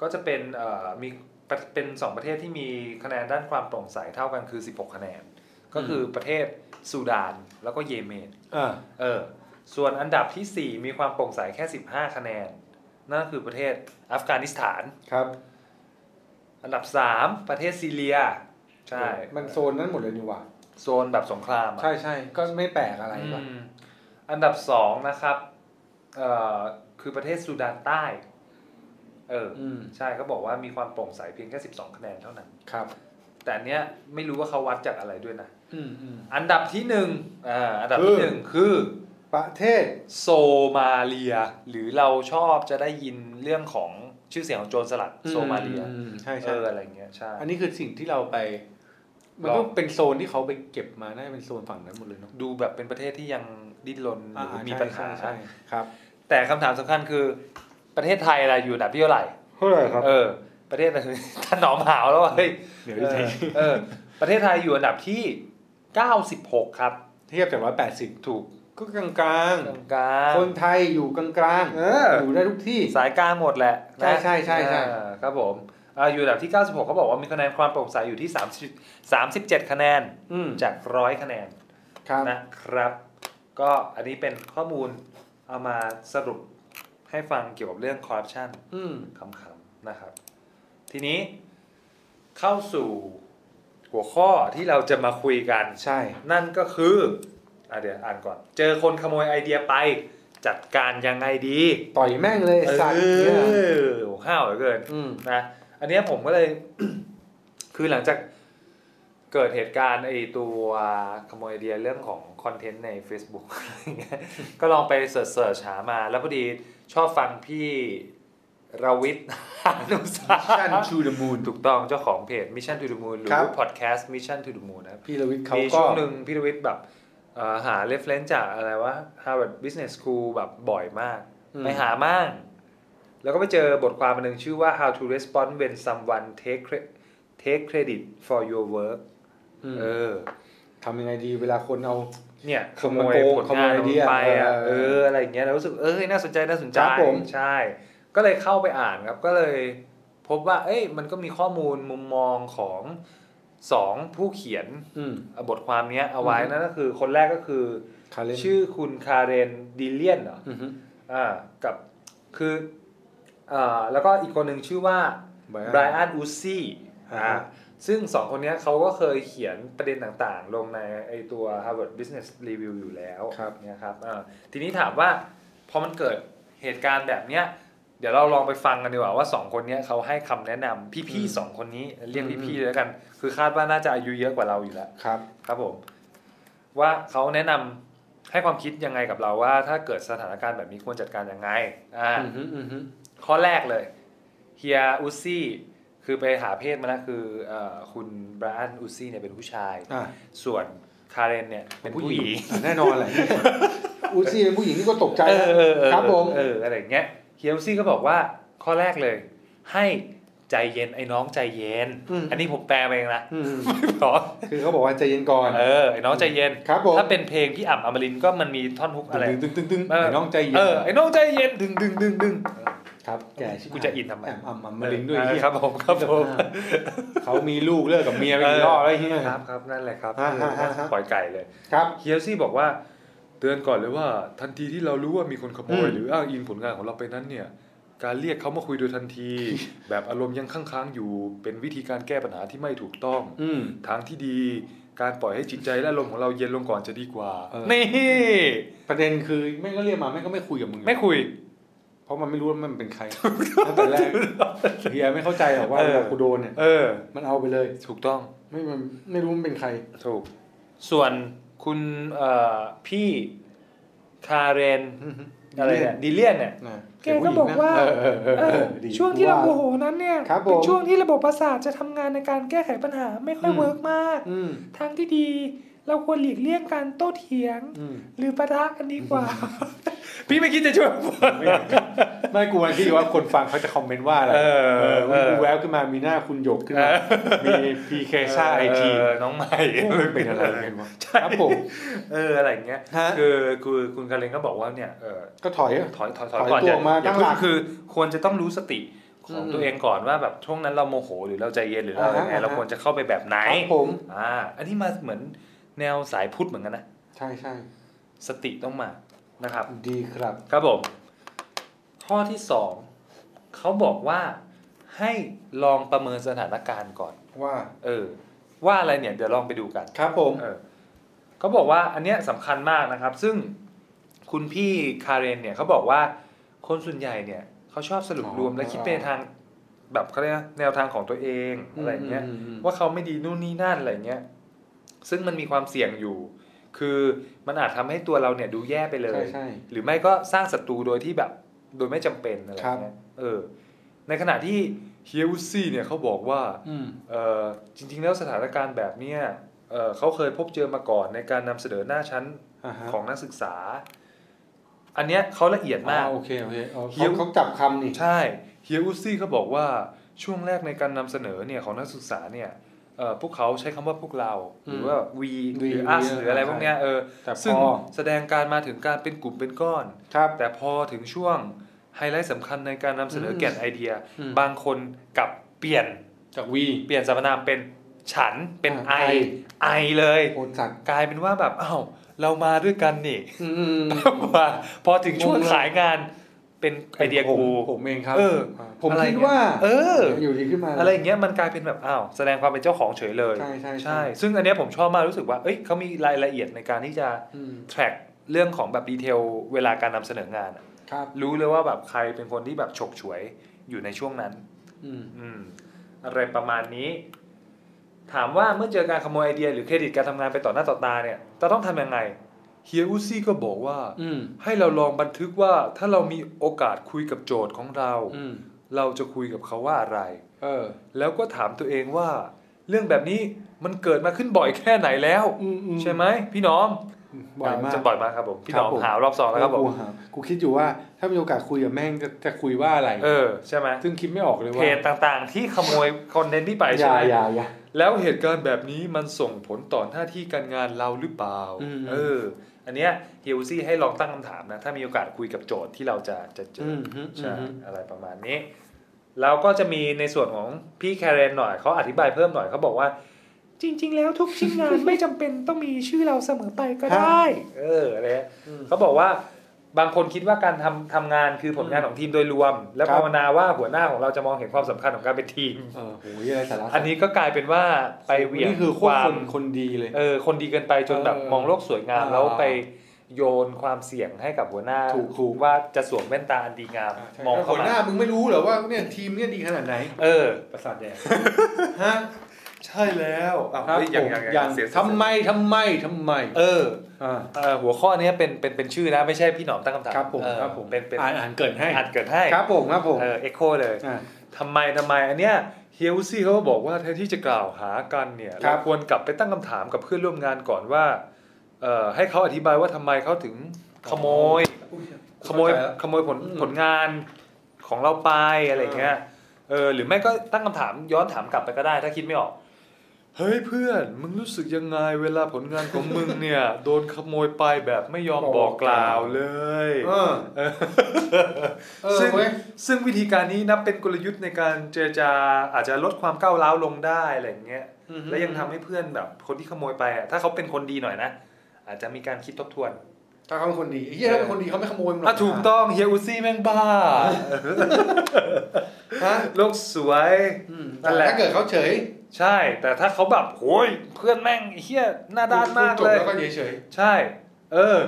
Speaker 2: ก็จะเป็นเอ่อมีประเป็นสองประเทศที่มีคะแนนด้านความโปร่งใสเท่ากันคือ 16 คะแนน ก็คือประเทศซูดานแล้วก็เยเมน
Speaker 3: อ่า
Speaker 2: เออ ส่วนอันดับทีสี่ 4 มีความโปร่งใสแค่ 15 คะแนน นั่นคือประเทศอัฟกานิสถาน
Speaker 1: ครับ
Speaker 2: อันดับ 3 ประเทศซีเรีย ใช่
Speaker 1: มันโซนนั้นหมดเลยนี่หว่า
Speaker 2: โซนแบบสงครามอะ
Speaker 1: ใช่ใช่ก็ไม่แปลกอะไรวะ
Speaker 2: อืมอันดับ 2 นะครับ เอ่อ คือประเทศซูดานใต้ เออ
Speaker 1: อืม
Speaker 2: ใช่เขาบอกว่ามีความโปร่งใสเพียงแค่ 12 คะแนนเท่านั้น
Speaker 1: ครับ
Speaker 2: แต่อันเนี้ยไม่รู้ว่าเขาวัดจากอะไรด้วยนะ
Speaker 1: อืมอืม
Speaker 2: อันดับที่หนึ่งอ่าอันดับที่
Speaker 1: คือ
Speaker 2: หนึ่งคือ
Speaker 1: ประเทศ
Speaker 2: โซมาเลีย หรือเราชอบจะได้ยินเรื่องของชื่อเสียงของโจรสลัดโซมาเลีย
Speaker 1: อืมใช่
Speaker 2: เอ
Speaker 1: ใช่
Speaker 2: ออะไรเงี้ยใช่
Speaker 1: อันนี้คือสิ่งที่เราไป มัน
Speaker 2: ล
Speaker 1: ก็
Speaker 2: อง
Speaker 1: เป็นโซนที่เขาไปเก็บมาได้เป็นโซนฝั่งนั้นหมดเลยเนาะ
Speaker 2: ดูแบบเป็นประเทศที่ยังดิ้นรนหรือมี
Speaker 1: ใช่
Speaker 2: ปัญหา
Speaker 1: ใช่ใช่ครับ
Speaker 2: แต่คำถามสำคัญคือประเทศไทยอะไรอยู่อันดับที่เท่าไหร่
Speaker 1: เท่าไหร่ครับ
Speaker 2: เออ ประเทศอะไร *laughs* ท่านหนอมหาวแล้วอะเฮ้ย
Speaker 1: เดี๋ยว
Speaker 2: เออ
Speaker 1: เทียบ
Speaker 2: เออ ประเทศไทยอยู่อันดับที่ 96 ครับ
Speaker 1: เทียบจากร้อยแปดสิบ
Speaker 2: ถูก
Speaker 1: ก็กลาง
Speaker 2: กลาง
Speaker 1: ๆ คนไทยอยู่กลาง
Speaker 2: เออ
Speaker 1: ๆ อยู่ได้ทุกที่
Speaker 2: สายกลางหมดแหละนะ
Speaker 1: ใช่ใช่ใช่ใช่
Speaker 2: อ่าครับผมอาอยู่อันดับที่ 96เขาบอกว่ามีคะแนนความโปร่งใสอยู่ที่30 37 คะแนน
Speaker 1: อืม
Speaker 2: จากร้อยคะแนน
Speaker 1: ครับ
Speaker 2: นะครับ ก็อันนี้เป็นข้อมูลเอามาสรุปให้ฟังเกี่ยวกับเรื่องคอร์รัปชัน
Speaker 1: อืม
Speaker 2: คำๆนะครับ ทีนี้เข้าสู่หัวข้อที่เราจะมาคุยกัน
Speaker 1: ใช่
Speaker 2: นั่นก็คืออ่ะเดี๋ยวอ่านก่อน เจอคนขโมยไอเดียไป จัดการยังไงดี
Speaker 1: ต่อยแม่งเลยไอ้สัตว์เนี่ย
Speaker 2: เออโหห้าวเหลือเกิน
Speaker 1: อืม
Speaker 2: นะ อันเนี้ยผมก็เลย *coughs* คือหลังจากเกิดเหตุการณ์ไอตัวขโมยไอเดียเรื่องของคอนเทนต์ใน Facebook อะไรเงี้ยก็ลองไปเสิร์ชหามา แล้วพอดีชอบฟังพี่รวิทย์อานุสา
Speaker 1: ชัน
Speaker 2: ร
Speaker 1: ชูเดมูน
Speaker 2: ถูกต้องเจ้าของเพจ Mission to the Moon หรื
Speaker 1: ครั
Speaker 2: อบ พอดแคสต์ Mission to the Moon นะครับ
Speaker 1: พี่ลวิทย์เขา
Speaker 2: มี
Speaker 1: ก็
Speaker 2: ช่วงหนึ่งพี่รวิทย์แบบเอ่อหาเรฟเลนซ์จากอะไรวะ Harvard Business School แบบบ่อยมาก
Speaker 1: อืม
Speaker 2: ไปหามั่งแล้วก็ไปเจอบทความอันหนึ่งชื่อว่า how to respond when someone take cre- take credit for your work
Speaker 1: อืม
Speaker 2: เออ
Speaker 1: ทำยังไงดีเวลาคนเอา
Speaker 2: เนี่ยข
Speaker 1: ข
Speaker 2: โม
Speaker 1: โม
Speaker 2: ย
Speaker 1: ย
Speaker 2: ผลงาน
Speaker 1: ขโมยไอเดีย
Speaker 2: ไปอ่ะ
Speaker 1: เออ
Speaker 2: เอออะไรอย่างเงี้ยแล้วรู้สึกเอ้ยน่าสนใจน่าสนใจ
Speaker 1: ครับผม
Speaker 2: ใช่ ก็เลยเข้าไปอ่านครับก็เลยพบว่า เอ้ยมันก็มีข้อมูลมุมมองของสองผู้เขียน
Speaker 1: อืม
Speaker 2: บทความเนี้ยเอาไว้
Speaker 1: อือฮึ
Speaker 2: นั่นก็คือคนแรกก็คือ
Speaker 1: คาเลน
Speaker 2: ชื่อคุณคาเรนดิเลียนเหรอ
Speaker 1: อฮึ
Speaker 2: อ่ากับคืออ่าแล้วก็อีกคนหนึ่งชื่อว่า
Speaker 1: ไบร
Speaker 2: ไบร
Speaker 1: อัน
Speaker 2: อันอูซี่
Speaker 1: อ่า
Speaker 2: อ่าซึ่งสองคนเนี้ยเขาก็เคยเขียนประเด็นต่างๆ ลงในไอตัว Harvard Business Review อยู่แล้ว
Speaker 1: ครับ
Speaker 2: เนี่ยครับอ่าทีนี้ถามว่าพอมันเกิดเหตุการณ์แบบเนี้ยเดี๋ยวเราลองไปฟังกันดีกว่าว่าสองคนเนี้ยเขาให้คำแนะนำพี่
Speaker 1: อืม
Speaker 2: ๆสองคนนี้เรียก
Speaker 1: อืม
Speaker 2: พี่ๆเลยแล้วกัน คือคาดว่าน่าจะอายุเยอะกว่าเราอยู่แล้ว
Speaker 1: ครับ
Speaker 2: ครับผมว่าเขาแนะนำให้ความคิดยังไงกับเราว่า ถ้าเกิดสถานการณ์แบบนี้ควรจัดการยังไงอ่า
Speaker 1: อืมฮึอืมฮึ
Speaker 2: ข้อแรกเลยเฮียอุซี่คือไปหาเพศมาแล้วคือเออคุณไบรอันอุซี่เนี่ยเป็นผู้ชาย
Speaker 1: อ่ะ
Speaker 2: ส่วนคาเรนเนี่ยเป็นผู้หญิง
Speaker 1: อ่ะแน่นอนแหละ *laughs* อูซี่เป็นผู้หญิงนี่ก็ตกใจ
Speaker 2: เอ
Speaker 1: นะ
Speaker 2: อเออเออ
Speaker 1: ครับผม
Speaker 2: เอออะไรอย่างเงี้ยเฮียอุซี่ก็บอกว่าข้อแรกเลย ให้ใจเย็นไอ้น้องใจเย็น
Speaker 1: อืม
Speaker 2: อันนี้ผมแปลมาเอง
Speaker 1: *laughs*
Speaker 2: นะ
Speaker 1: อืม
Speaker 2: ไม่บอก
Speaker 1: คือเขาบอกว่าใจเย็นก่อน
Speaker 2: เออไอ้น้องใจเย็น
Speaker 1: ครับผม
Speaker 2: ถ้าเป็นเพลงพี่อ่ำอมรินทร์ก็มันมีท่อนฮุกอะไร
Speaker 1: ตึงตึงตึง
Speaker 2: เออ
Speaker 1: ไอ้น้องใจเย็น
Speaker 2: เออไอ้น้องใจเย็นดึงดึงดึงดึง
Speaker 1: ครับ แกชิบหาย
Speaker 2: กูจะอินทำไม
Speaker 1: แอ่ำอ่ำมาลิงด้วยไอ้เหี้ย
Speaker 2: ครับผมครับผม
Speaker 1: เขามีลูกเลิกกับเมียไปกี่รอบแล้วไอ้เฮีย
Speaker 2: ครับครับนั่นแหละครับ
Speaker 1: ฮะฮะฮะฮะ
Speaker 2: ปล่อยไก่เลย
Speaker 1: ครับ
Speaker 2: เฮียซี่บอกว่า เตือนก่อนเลยว่า ทันทีที่เรารู้ว่ามีคนขโม
Speaker 1: อื
Speaker 2: ย
Speaker 1: ม
Speaker 2: หรืออ้างอิงผลงานของเราไปนั้นเนี่ย การเรียกเขามาคุยโดยทันที แบบอารมณ์ยังค้างๆอยู่ เป็นวิธีการแก้ปัญหาที่ไม่ถูกต้อง
Speaker 1: อืม
Speaker 2: ทางที่ดีการปล่อยให้จิตใจและอารมณ์ของเราเย็นลงก่อนจะดีกว่า
Speaker 1: เออ
Speaker 2: นี่
Speaker 1: ประเด็นคือแม่งก็เรียกมาแม่งก็ไม่คุยกับมึงเลย
Speaker 2: ไม่คุย
Speaker 1: เพราะมันไม่รู้ว่ามันเป็นใครตั้งแต่แรกเฮียไม่เข้าใจหรอกว่า
Speaker 2: เออ
Speaker 1: เวลากูโดนเนี่ย
Speaker 2: เออ
Speaker 1: มันเอาไปเลย
Speaker 2: ถูกต้อง
Speaker 1: ไม่มันไม่รู้มันเป็นใคร
Speaker 2: ถูก ส่วน คุณเอ่อพี่คาเรนอะไรเนี่ยดิเลียนเนี่ย
Speaker 1: นะ
Speaker 2: แกก็บอกว่า
Speaker 1: เออเออเออดี
Speaker 4: ช่วงที่เราโมโหนั้นเนี่ย
Speaker 1: ครับผม
Speaker 4: เป็นช่วงที่ระบบประสาทจะทำงานในการแก้ไขปัญหาไม่ค่อยเวิร์กมาก
Speaker 1: อืม
Speaker 4: ทางที่ดี เราควรหลีกเลี่ยงการโต้เถียง
Speaker 1: อืม
Speaker 4: หรือปะทะกันดีกว่า
Speaker 2: พี่ไม่คิดจะช่วยผม
Speaker 1: ไม่กูวันที่ว่าคนฟังเขาจะคอมเมนต์ว่าอะไร
Speaker 2: เออ
Speaker 1: เออ
Speaker 2: เออ
Speaker 1: กูแววขึ้นมามีหน้าคุณหยกขึ้นมามีพีเคซ่าไอที
Speaker 2: เน้องใหม่
Speaker 1: เป็นอะไรกันวะ
Speaker 2: ใช่
Speaker 1: ครับผม
Speaker 2: เอออะไรอย่างเงี้ย
Speaker 1: ฮะ
Speaker 2: คือคือคุณคาเรนก็บอกว่าเนี่ยเออ
Speaker 1: ก็ถอย
Speaker 2: ถอยถอย
Speaker 1: ถอย
Speaker 2: ก่อน
Speaker 1: ตัว
Speaker 2: อย่า
Speaker 1: ออกมา
Speaker 2: อย่า
Speaker 1: ตั้งห
Speaker 2: เพิ่
Speaker 1: ลั
Speaker 2: ง
Speaker 1: ก
Speaker 2: คือควรจะต้องรู้สติของ
Speaker 1: อืม
Speaker 2: ตัวเองก่อนว่าแบบช่วงนั้นเราโมโหหรือเราใจเย็นหรือเราอะไร
Speaker 1: อ่าฮะ
Speaker 2: ไงเรา
Speaker 1: อ่าฮะ
Speaker 2: ควรจะเข้าไปแบบไหน
Speaker 1: ครับผม
Speaker 2: อ่าอันนี้มาเหมือนแนวสายพุทธเหมือนกันนะ
Speaker 1: ใช่ใช่
Speaker 2: สติต้องมานะครับ
Speaker 1: ดีครับ
Speaker 2: ครับผม ข้อที่สองเขาบอกว่าให้ลองประเมินสถานการณ์ก่อน
Speaker 1: ว่า
Speaker 2: เออ ว่าอะไรเนี่ยเดี๋ยวลองไปดูกัน
Speaker 1: ครับผม
Speaker 2: เออเขาบอกว่าอันเนี้ยสำคัญมากนะครับ ซึ่งคุณพี่คาเรนเนี่ยเขาบอกว่าคนส่วนใหญ่เนี่ยเขาชอบสรุปรวม
Speaker 1: อ๋อ
Speaker 2: และคิดไปในทางแบบเขาเรียกว่าแนวทางของตัวเองอะไรเงี้ย
Speaker 1: ม
Speaker 2: ว่าเขาไม่ดีนู่นนี่นั่นอะไรเงี้ยซึ่งมันมีความเสี่ยงอยู่ คือมันอาจทำให้ตัวเราเนี่ยดูแย่ไปเล
Speaker 1: ใช่
Speaker 2: ย
Speaker 1: ใช่
Speaker 2: หรือไม่ก็สร้างศัตรูโดยที่แบบโดยไม่จำเป็นอะไร
Speaker 1: ครับ
Speaker 2: เงี้ยเออ ในขณะที่เฮียวุซี่เนี่ยเขาบอกว่า
Speaker 1: อืม
Speaker 2: เอ่อจริงๆแล้วสถานการณ์แบบเนี้ยเอ่อเขาเคยพบเจอมาก่อนในการนำเสนอหน้าชั้น
Speaker 1: อ่าฮะ
Speaker 2: ของนักศึกษา อันเนี้ยเขาละเอียดมาก
Speaker 1: อ่โอเคโอเคเอา
Speaker 2: เฮี
Speaker 1: เขา
Speaker 2: ย
Speaker 1: เขาจับคำนี่
Speaker 2: ใช่เฮียอุซี่เขาบอกว่าช่วงแรกในการนำเสนอเนี่ยของนักศึกษาเนี่ยเอ่อพวกเขาใช้คำว่าพวกเรา
Speaker 1: อืม
Speaker 2: หรือว่า we
Speaker 1: we
Speaker 2: หรือ us
Speaker 1: เออ
Speaker 2: หรืออะไร
Speaker 1: ใช่
Speaker 2: พวกเนี้ยเออ
Speaker 1: แต่พ
Speaker 2: ซึ่ง
Speaker 1: อ
Speaker 2: แสดงการมาถึงการเป็นกลุ่มเป็นก้อน
Speaker 1: ครับ
Speaker 2: แต่พอถึงช่วงไฮไลท์สำคัญในการนำเสนออ
Speaker 1: ม
Speaker 2: แก่นไอเดีย
Speaker 1: อืม
Speaker 2: บางคนกลับเปลี่ยน
Speaker 1: จากวี
Speaker 2: เปลี่ยนสรรพนามเป็นฉันเป็นไอ
Speaker 1: อ่าไอ
Speaker 2: ไอเลย
Speaker 1: โอนสัตว์
Speaker 2: กลายเป็นว่าแบบอ้าวเรามาด้วยกันนี่ *laughs*
Speaker 1: อืม
Speaker 2: ว่าพอถึงช่วง
Speaker 1: งงเลย
Speaker 2: ขายงานเป็นไอเดีย
Speaker 1: ผม
Speaker 2: กู
Speaker 1: ผมเองครับ
Speaker 2: เออ
Speaker 1: ผม
Speaker 2: อะไร
Speaker 1: คิด
Speaker 2: เงี้ย
Speaker 1: ว่า
Speaker 2: เออ
Speaker 1: อยู่ดีขึ้นมา
Speaker 2: อะไรอย่างเงี้ยมันกลายเป็นแบบอ้าวแสดงความเป็นเจ้าของเฉยเลย
Speaker 1: ใช่ใช่
Speaker 2: ใช่ ซึ่งอันเนี้ยผมชอบมากรู้สึกว่าเอ้ยเขามีรายละเอียดในการที่จะ
Speaker 1: อืม
Speaker 2: track เรื่องของแบบดีเทลเวลาการนำเสนองานอะ
Speaker 1: ครับ
Speaker 2: รู้เลยว่าแบบใครเป็นคนที่แบบฉกฉวยอยู่ในช่วงนั้น
Speaker 1: อืม
Speaker 2: อืมอะไรประมาณนี้ ถามว่าเมื่อเจอการขโมยไอเดียหรือเครดิตการทำงานไปต่อหน้าต่อตาเนี่ยจะต้องทำยังไงเฮียอุซี่ก็บอกว่า
Speaker 1: อืม
Speaker 2: ให้เราลองบันทึกว่าถ้าเรามีโอกาสคุยกับโจทย์ของเรา
Speaker 1: อืม
Speaker 2: เราจะคุยกับเขาว่าอะไร
Speaker 1: เออ
Speaker 2: แล้วก็ถามตัวเองว่า เรื่องแบบนี้มันเกิดมาขึ้นบ่อยแค่ไหนแล้ว
Speaker 1: อืมอืม
Speaker 2: ใช่ไหมพี่หน้อม
Speaker 1: บ่อยมาก
Speaker 2: จะบ่อยมากครับผมพี่หน้อม
Speaker 1: ครับผม
Speaker 2: หารอบสองแล้วครับผม
Speaker 1: กูหากูคิดอยู่ว่าถ้ามีโอกาสคุยกับแม่งจะจะคุยว่าอะไร
Speaker 2: เออใช่ไหม
Speaker 1: ซึ่งคิดไม่ออกเลย
Speaker 2: เพ
Speaker 1: ว่า
Speaker 2: จต่างๆ ที่ขโมยคอนเทนต์พี่ไป
Speaker 1: อย่า
Speaker 2: ใช่ไหม
Speaker 1: อย่าอย่า
Speaker 2: แล้วเหตุการณ์แบบนี้มันส่งผลต่อหน้าที่การงานเราหรือเปล่า
Speaker 1: อืม
Speaker 2: เออ อันเนี้ยเฮลซี่ให้ลองตั้งคำถามนะ ถ้ามีโอกาสคุยกับโจทย์ที่เราจะจะเจออ
Speaker 1: ฮึ
Speaker 2: ใช่
Speaker 1: อืมฮึ
Speaker 2: อะไรประมาณนี้ แล้วก็จะมีในส่วนของพี่แคเรนหน่อยเขาอธิบายเพิ่มหน่อยเขาบอกว่า
Speaker 4: จริง ๆ แล้วทุกชิ้นงานไม่จำเป็นต้องมีชื่อเราเสมอไปก็ได้
Speaker 2: เอออะไรเงี้ยเขาบอกว่าบางคนคิดว่าการทำทำงานคือผลงานของทีมโดยรวม และภาวนาว่าหัวหน้าของเราจะมองเห็นความสำคัญของการเป็นทีม
Speaker 1: เออโหยอะไรสาระ
Speaker 2: อันนี้ก็กลายเป็นว่าไปเหวี่ยง
Speaker 1: นี่คือโค
Speaker 2: คว
Speaker 1: ตร
Speaker 2: วา
Speaker 1: ค
Speaker 2: ม
Speaker 1: นคนดีเลย
Speaker 2: เออคนดีเกินไปจนแบบ
Speaker 1: เออ
Speaker 2: มองโลกสวยงาม
Speaker 1: อ่า
Speaker 2: แล้วไปโยนความเสี่ยงให้กับหัวหน้า
Speaker 1: ถูกถูก
Speaker 2: ว่าจะสวมแว่นตาอันดีงาม มองเข้า
Speaker 1: หัว
Speaker 2: มา
Speaker 1: หน้ามึงไม่รู้เหรอว่าเนี่ยทีมเนี่ยดีขนาดไหน
Speaker 2: เออ
Speaker 5: ประสาทแดง
Speaker 1: ฮะ
Speaker 2: ใช่แล้วอ่ะ
Speaker 1: ครับ
Speaker 2: เฮ้ย
Speaker 1: ผม
Speaker 2: อย่างอย่างอย่างเสีย
Speaker 1: ทำไมทำไมทำไม
Speaker 2: เออ
Speaker 1: อ่า
Speaker 2: เอ่อหัวข้อเนี้ยเป็นเป็นเป็นชื่อนะ ไม่ใช่พี่หนอมตั้งคำถาม
Speaker 1: ครับผม
Speaker 2: เออ
Speaker 1: ครับผม
Speaker 2: เป็นเป็น
Speaker 1: อ่านอ่านเกิดให้
Speaker 2: อ่านเกิดให้
Speaker 1: ครับผมครับผม
Speaker 2: เออเอ็โคเลย
Speaker 1: อ่า
Speaker 2: ทำไมทำไมอันเนี้ยเฮียซี่เขาก็บอกว่าแทนที่จะกล่าวหากันเนี่ย
Speaker 1: ครั
Speaker 2: เรา
Speaker 1: บ
Speaker 2: ควรกลับไปตั้งคำถามกับเพื่อนร่วมงานก่อนว่าเอ่อให้เขาอธิบายว่าทำไมเขาถึงขโมย ขโมย
Speaker 1: เข้าใจแล้ว
Speaker 2: ขโมยผล
Speaker 1: อืม
Speaker 2: ผลงานของเราไปอะไรอย่างเงี้ยเออหรือไม่ก็ตั้งคำถามย้อนถามกลับไปก็ได้ ถ้าคิดไม่ออก เฮ้ยเพื่อนมึงรู้สึกยังไงเวลาผลงานของมึงเนี่ย *laughs* โดนขโมยไปแบบไม่ยอม
Speaker 1: บบ อ
Speaker 2: อก ก
Speaker 1: ก
Speaker 2: ก
Speaker 1: ล่า
Speaker 2: ล่าว วเลย
Speaker 1: เออ
Speaker 2: เออ
Speaker 1: เออ
Speaker 2: ซึ่ง
Speaker 1: เว้ย
Speaker 2: ซึ่งวิธีการนี้นับเป็นกลยุทธ์ในการเจรจาอาจจะลดความก้าวร้าวลงได้อะไรอย่างเงี้ยและยังทำให้เพื่อนแบบคนที่ขโมยไปอ่ะถ้าเขาเป็นคนดีหน่อยนะอาจจะมีการคิดทบทวน
Speaker 1: ถ้าเขาเป็นคนดีไอ้เฮียถ้าเป็นคนดีเขาไม่ขโมยมึงหรอก
Speaker 2: อ่ะถูกต้องเฮียอุซี่แม่งบ้า
Speaker 1: ฮะ
Speaker 2: โลกสวย
Speaker 1: อืม
Speaker 2: นั่นแหละ
Speaker 1: ถ้าเกิดเขาเฉย
Speaker 2: ใช่ แต่ถ้าเขาแบบโอ้ยเพื่อนแม่งเฮียหน้าด้านมาก
Speaker 1: คุณจบ
Speaker 2: เลย
Speaker 1: แล้วก็เฉย
Speaker 2: ใช่ เออ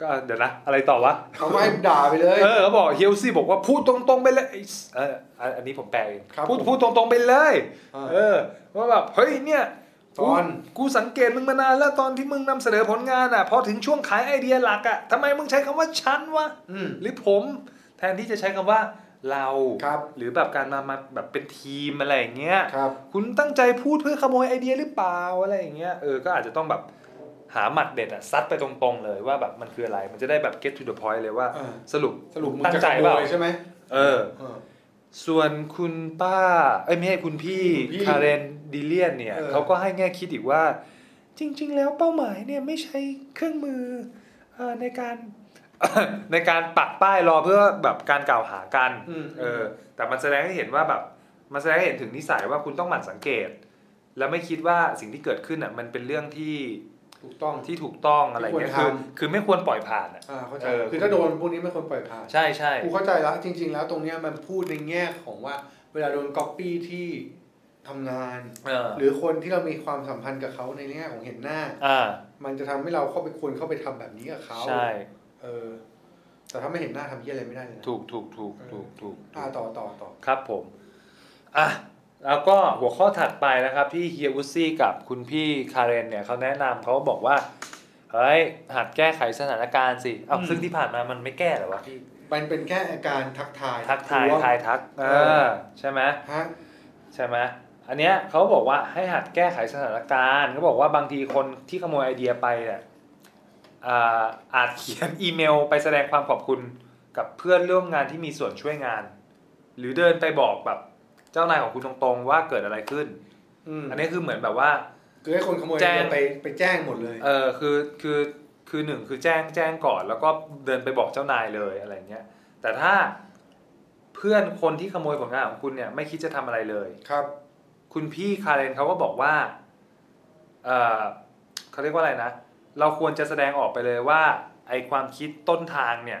Speaker 2: ก็เดี๋ยวนะ อะไรต่อวะ
Speaker 1: ๆเขาก็ให้ด่าไปเลย
Speaker 2: เออเขาบอกเฮียอุซี่บอกว่าพูดตรงๆไปเลยไอ้สเอออันอันนี้ผมแปลเอง
Speaker 1: ครับ
Speaker 2: พูด
Speaker 1: ผม
Speaker 2: พูดตรงๆไปเลย
Speaker 1: เอ
Speaker 2: เอ
Speaker 1: อ
Speaker 2: อว่าแบบเฮ้ยเนี่ย
Speaker 1: ตอน
Speaker 2: กูสังเกตมึงมานานแล้วตอนที่มึงนำเสนอผลงานอ่ะพอถึงช่วงขายไอเดียหลักอ่ะทำไมมึงใช้คำว่าฉันวะ
Speaker 1: อืม
Speaker 2: หรือผม แทนที่จะใช้คำว่าเรา
Speaker 1: ครับ
Speaker 2: หรือแบบการมามาแบบเป็นทีมอะไรอย่างเงี้ย
Speaker 1: ครับ
Speaker 2: คุณตั้งใจพูดเพื่อขโมยไอเดียหรือเปล่าอะไรอย่างเงี้ยเออก็อาจจะต้องแบบหาหมัดเด็ดอะซัดไปตรงๆเลยว่าแบบมันคืออะไรมันจะได้แบบ get to the point เลยว่า
Speaker 1: เออ
Speaker 2: สรุป
Speaker 1: สรุปมึง
Speaker 2: ตั้ง
Speaker 1: จะ
Speaker 2: ใจ
Speaker 1: ขโม
Speaker 2: เปล่าย
Speaker 1: ใช่ไหม
Speaker 2: เออ
Speaker 1: เออ
Speaker 2: ส่วนคุณป้าเอ้ยไม่ใช่คุณพี่
Speaker 1: คุณพี่
Speaker 2: คาเรนดิเลียนเนี่ย
Speaker 1: เออ
Speaker 2: เขาก็ให้แง่คิดอีกว่า
Speaker 4: จริง ๆ แล้วเป้าหมายเนี่ยไม่ใช่เครื่องมือเอ่อในการ
Speaker 2: *coughs* ในการปักป้ายรอเพื่อแบบการกล่าวหากัน
Speaker 1: อืม
Speaker 2: เออ แต่มันแสดงให้เห็นว่าแบบ มันแสดงให้เห็นถึงนิสัยว่าคุณต้องหมั่นสังเกต และไม่คิดว่าสิ่งที่เกิดขึ้นอ่ะมันเป็นเรื่องที่
Speaker 1: ถูกต้อง
Speaker 2: ที่ถูกต้องอะไรเงี้ย
Speaker 1: ที่คว
Speaker 2: คือ
Speaker 1: รทำ
Speaker 2: คือไม่ควรปล่อยผ่านอ่ะ
Speaker 1: อ่าเข้าใจ
Speaker 2: เออ
Speaker 1: คือถ้าโดนพวกนี้ไม่ควรปล่อยผ่าน
Speaker 2: ใช่ใช่
Speaker 1: กูเข้าใจแล้วจริง ๆ แล้วตรงเนี้ยมันพูดในแง่ของว่า เวลาโดนก๊อปปี้ที่ทำงาน
Speaker 2: เออ
Speaker 1: หรือคนที่เรามีความสัมพันธ์กับเขาในแง่ของเห็นหน้า
Speaker 2: อ่า
Speaker 1: มันจะทำให้เราเข้าไปควรเข้าไปทำแบบนี้กับเขา
Speaker 2: ใช่
Speaker 1: เออ แต่ถ้าไม่เห็นหน้าทำเยี่ยอะไรไม่ได้เลยนะ
Speaker 2: ถูกถูกถูกถูกถูก
Speaker 1: อ่าต่อต่อต่อ
Speaker 2: ครับผมอ่ะแล้วก็หัวข้อถัดไปนะครับที่เฮียวุซี่กับคุณพี่คาเรนเนี่ยเขาแนะนำเขาบอกว่า เฮ้ยหัดแก้ไขสถานการณ์สิเอ้าซึ่งที่ผ่านมามันไม่แก้เหรอวะพี่
Speaker 1: มันเป็นแค่อาการทักทาย
Speaker 2: ทักทาย
Speaker 1: ล้วง
Speaker 2: ทายทักเออใช่ไหม
Speaker 1: ฮะ
Speaker 2: ใช่ไหมอันเนี้ยเขาบอกว่าให้หัดแก้ไขสถานการณ์เขาบอกว่าบางทีคนที่ขโมยไอเดียไปเนี่ยอ่าอาจเขียน *laughs* อีเมลไปแสดงความขอบคุณกับเพื่อนร่วมงานที่มีส่วนช่วยงาน หรือเดินไปบอกแบบเจ้านายของคุณตรงๆว่าเกิดอะไรขึ้น
Speaker 1: อืม
Speaker 2: อันนี้คือเหมือนแบบว่า
Speaker 1: คือให้คนขโมย
Speaker 2: แจ้ง
Speaker 1: ไปไปแจ้งหมดเลย
Speaker 2: เออคือคือคือหนึ่งคือแจ้งแจ้งก่อน แล้วก็เดินไปบอกเจ้านายเลยอะไรเงี้ยแต่ถ้าเพื่อนคนที่ขโมยผลงานของคุณเนี่ยไม่คิดจะทำอะไรเลย
Speaker 1: ครับ
Speaker 2: คุณพี่คาเรนเขาก็บอกว่า เอ่อเขาเรียกว่าอะไรนะ เราควรจะแสดงออกไปเลยว่า ไอความคิดต้นทางเนี่ย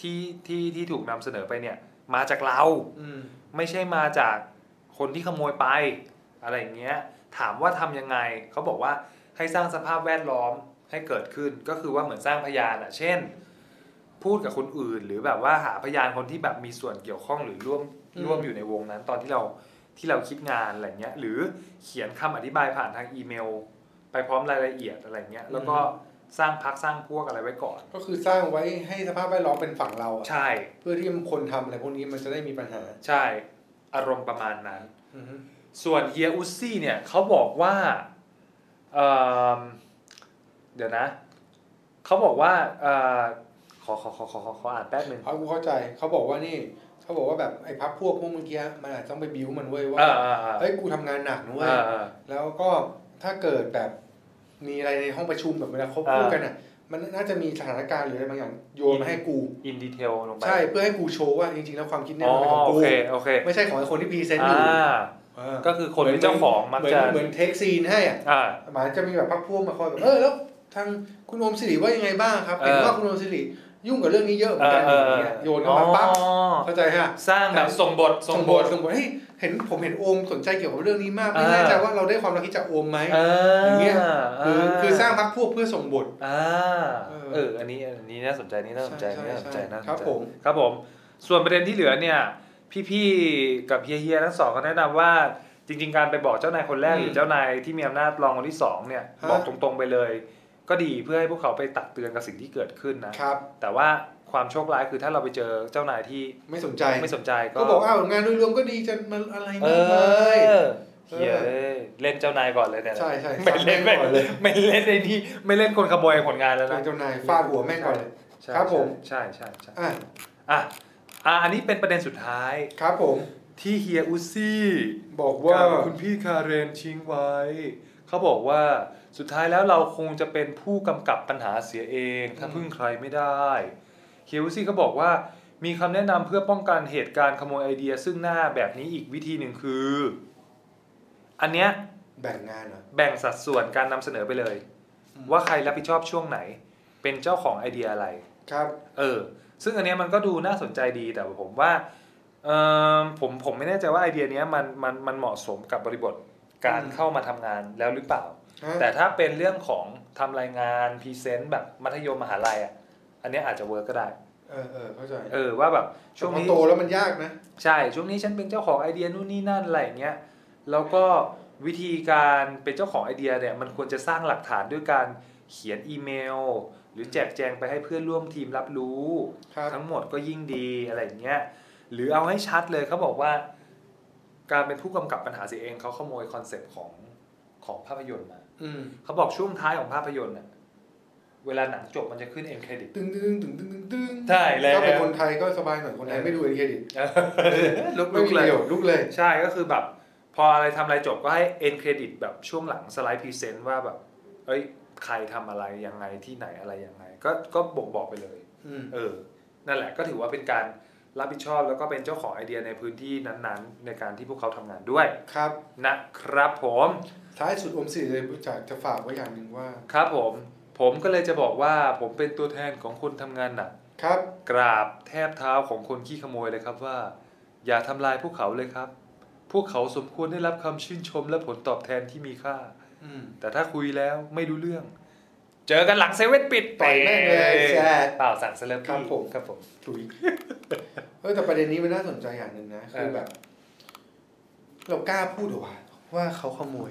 Speaker 2: ที่ที่ที่ถูกนำเสนอไปเนี่ย มาจากเรา
Speaker 1: อืม
Speaker 2: ไม่ใช่มาจากคนที่ขโมยไป อะไรอย่างเงี้ย ถามว่าทำยังไง เขาบอกว่าให้สร้างสภาพแวดล้อมให้เกิดขึ้น ก็คือว่าเหมือนสร้างพยานอะเช่น พูดกับคนอื่น หรือแบบว่าหาพยานคนที่แบบมีส่วนเกี่ยวข้องหรือร่วมร่วมอยู่ในวงนั้น ตอนที่เราที่เราคิดงานอะไรเงี้ย หรือเขียนคำอธิบายผ่านทางอีเมล ไปพร้อมรายละเอียดอะไรเงี้ย แล้วก็สร้างพักสร้างพวกอะไรไว้ก่อน
Speaker 1: ก็คือสร้างไว้ให้สภาพแวดล้อมเป็นฝั่งเราอะ
Speaker 2: ใช่
Speaker 1: เพื่อที่คนทำอะไรพวกนี้มันจะได้มีปัญหา
Speaker 2: ใช่ อารมณ์ประมาณนั้น
Speaker 1: อือฮึ
Speaker 2: ส่วนเฮียอุซี่เนี่ยเขาบอกว่าเอิ่มเดี๋ยวนะเขาบอกว่าเอ่อขอขอขอขอขอขออ่านแป๊บหนึ่ง
Speaker 1: เพราะกูเข้าใจเขาบอกว่านี่เขาบอกว่าแบบไอ้พับพวกพวกเมื่อกี้มันอาจจะต้องไปบิ้วมันเว้ยว่า
Speaker 2: เออเออเออ
Speaker 1: เฮ้ยกูทำงานหนักนะเว้
Speaker 2: เอย อเออ
Speaker 1: แล้วก็ถ้าเกิดแบบมีอะไรในห้องประชุมแบบเวลาเขา
Speaker 2: อ่า
Speaker 1: พูดกันอ่ะ มันน่าจะมีสถานการณ์หรืออะไรบางอย่างโยนมาให้กู
Speaker 2: อินดีเทลลงไป
Speaker 1: ใช่เพื่อให้กูโชว์ว่าจริงๆแล้วความคิดเนี่
Speaker 2: อ๋
Speaker 1: ย
Speaker 2: อ
Speaker 1: มันเป็นของ
Speaker 2: โอ
Speaker 1: กู
Speaker 2: เคโอเค
Speaker 1: ไม่ใช่ของไอ้คนที่พรีเซนต์อ
Speaker 2: อ่า
Speaker 1: ยู่เออ
Speaker 2: ก็คือคนเป็นเจ้าของมัก
Speaker 1: เหมือน
Speaker 2: จะ
Speaker 1: เหมือนเทคซีนให้อ่ะ
Speaker 2: อ่า
Speaker 1: หมายจะมีแบบพักพวกมาคอยแบบเออแล้วทางคุณโอมสิริว่ายังไงบ้างครับเห็น
Speaker 2: เออ
Speaker 1: ว่าคุณโอมสิริยุ่งกับเรื่องนี้เยอะเหมื
Speaker 2: เอ
Speaker 1: อน
Speaker 2: อ
Speaker 1: กัน
Speaker 2: เออ
Speaker 1: อย่างเงี้ยโยนเข้ามาปั๊บ
Speaker 2: อ๋อ
Speaker 1: เข้าใจฮะ
Speaker 2: สร้างแบบส่งบทส่
Speaker 1: ส่
Speaker 2: ง
Speaker 1: ง
Speaker 2: บบ ท
Speaker 1: ทส่งบทเฮ้ยเห็นผมเห็นโอมสนใจเกี่ยวกับเรื่องนี้มากไม่
Speaker 2: เออ
Speaker 1: แน่ใจว่าเราได้ความรักที่จากโอมไหม
Speaker 2: เอออย่าง
Speaker 1: เงี้ย
Speaker 2: เ
Speaker 1: คือคือสร้างพักพวกเพื่อส่งบท
Speaker 2: อ่า
Speaker 1: เออ
Speaker 2: เอออันนี้อันนี้น่าสนใจนี่น่าสนใจ
Speaker 1: ใช่
Speaker 2: นี่น่าสนใจ
Speaker 1: ใช่
Speaker 2: น่าสนใจ
Speaker 1: ครับผม
Speaker 2: ครับผมส่วนประเด็นที่เหลือเนี่ย พี่ๆกับเฮียๆทั้งสองก็แนะนำว่าจริง ๆ การไปบอกเจ้านายคนแรก
Speaker 1: อืม
Speaker 2: หรือเจ้านายที่มีอำนาจรองคนที่สองเนี่ย
Speaker 1: ฮะ
Speaker 2: บอกตรงๆไปเลย ก็ดีเพื่อให้พวกเขาไปตักเตือนกับสิ่งที่เกิดขึ้นนะครับ แต่ว่าความโชคร้ายคือถ้าเราไปเจอเจ้านายที่
Speaker 1: ไม่สนใจ
Speaker 2: ไม่สนใจก็
Speaker 1: ก็บอกอ้าวงานโดยรวมก็ดีจะมันอะไร
Speaker 2: เอ
Speaker 1: มากเล
Speaker 2: อย เฮีย
Speaker 1: เอ
Speaker 2: เล่นเจ้านายก่อนเลยเนี่ย
Speaker 1: ใช่ใช่
Speaker 2: ไม่เล่นไม่
Speaker 1: ก่อนเลย
Speaker 2: ไม่เล่นไอ้นี่ไม่เล่นคนขโมยผลงานแล้ว
Speaker 1: เป็
Speaker 2: นะ
Speaker 1: นเจ้านายฟาดหัวแม่งก่อนเลย
Speaker 2: ใช่
Speaker 1: ครับผม
Speaker 2: ใช่ใช่ใช่
Speaker 1: อ่ะ
Speaker 2: อ่ะอ่ะอันนี้เป็นประเด็นสุดท้าย
Speaker 1: ครับผม
Speaker 2: ที่เฮียอุซี่
Speaker 1: บอกว่า
Speaker 2: กับคุณพี่คาเรนชิงไว้ เขาบอกว่าสุดท้ายแล้วเราคงจะเป็นผู้กำกับปัญหาเสียเอง ถ้าพึ่งใครไม่ได้เฮียอุซี่ก็บอกว่ามีคำแนะนำเพื่อป้องกันเหตุการณ์ขโมยไอเดียซึ่งหน้าแบบนี้อีกวิธีหนึ่งคือ อันเนี้ย
Speaker 1: แบ่งงานเหรอ
Speaker 2: แบ่งสัดส่วนการนำเสนอไปเลย
Speaker 1: อืม
Speaker 2: ว่าใครรับผิดชอบช่วงไหน เป็นเจ้าของไอเดียอะไร
Speaker 1: ครับ
Speaker 2: เออ ซึ่งอันเนี้ยมันก็ดูน่าสนใจดีแต่ผมว่าเออผมผมไม่แน่ใจว่าไอเดียเนี้ยมันมันมันเหมาะสมกับบริบทการ
Speaker 1: อืม
Speaker 2: เข้ามาทำงานแล้วหรือเปล่า
Speaker 1: ฮะ
Speaker 2: แต่ถ้าเป็นเรื่องของทำรายงานพรีเซนต์แบบมัธยมมหาลัยอ่ะ อันเนี้ยอาจจะเวิร์กก็ได้
Speaker 1: เออเออเข้าใจ
Speaker 2: เออว่าแบบ
Speaker 1: ช่
Speaker 2: ช่
Speaker 1: ว
Speaker 2: ว
Speaker 1: ง
Speaker 2: ง
Speaker 1: นี้
Speaker 2: นี้
Speaker 1: โตแล้วมันยากนะ
Speaker 2: ใช่ ช่วงนี้ฉันเป็นเจ้าของไอเดียนู่นนี่นั่นอะไรอย่างเงี้ย แล้วก็ วิธีการเป็นเจ้าของไอเดียเนี่ยมันควรจะสร้างหลักฐานด้วยการเขียนอีเมล หรือแจกแจงไปให้เพื่อนร่วมทีมรับรู้
Speaker 1: ครับ
Speaker 2: ทั้งหมดก็ยิ่งดีอะไรอย่างเงี้ยหรือเอาให้ชัดเลยเขาบอกว่า การเป็นผู้กำกับปัญหาเสียเองเขาขโมยคอนเซปต์ของของภาพยนตร์มา
Speaker 1: อืม
Speaker 2: เขาบอกช่วงท้ายของภาพยนตร์น่ะเวลาหนังจบมันจะขึ้นเอ็นเครดิต
Speaker 1: ตึงตึงตึงตึงตึงตึง
Speaker 2: ใช่แล้ว
Speaker 1: ถ้าเป็นคนไทยก็สบายหน่อยคนไทยไม่ดูเอ็นเครดิต
Speaker 2: ลุก
Speaker 1: ไม่มี
Speaker 2: เลย
Speaker 1: เดี่ยวลุกเลย
Speaker 2: ใช่ก็คือแบบ พออะไรทำอะไรจบก็ให้เอ็นเครดิตแบบช่วงหลังสไลด์พรีเซนต์ว่าแบบ เอ้ย ใครทำอะไรยังไงที่ไหนอะไรยังไง ก็ก็บ่งบอกไปเลย
Speaker 1: อืม
Speaker 2: เออ นั่นแหละก็ถือว่าเป็นการรับผิดชอบแล้วก็เป็นเจ้าของไอเดียในพื้นที่นั้นๆ ในการที่พวกเขาทำงานด้วย
Speaker 1: ครับ
Speaker 2: นะครับผม
Speaker 1: ท้ายสุดอมสิริเลยรู้จักจะฝากไว้อย่างหนึ่งว่า
Speaker 2: ครับผม ผมก็เลยจะบอกว่าผมเป็นตัวแทนของคนทำงานหนัก
Speaker 1: ครับ
Speaker 2: กราบแทบเท้าของคนขี้ขโมยเลยครับว่า อย่าทำลายพวกเขาเลยครับ พวกเขาสมควรได้รับคำชื่นชมและผลตอบแทนที่มีค่า
Speaker 1: อืม
Speaker 2: แต่ถ้าคุยแล้วไม่รู้เรื่อง เจอกันหลังเซเว่นปิด
Speaker 1: ต่อยแม่งเลยแซ่บ
Speaker 2: เปล่าสั่งเซเลบ
Speaker 1: ครับผม
Speaker 2: ครับผม
Speaker 1: ถุย *laughs* เออแต่ประเด็นนี้มันน่าสนใจอย่างหนึ่งนะคือแบบ เรากล้าพูดเหรอวะว่าเขาขโมย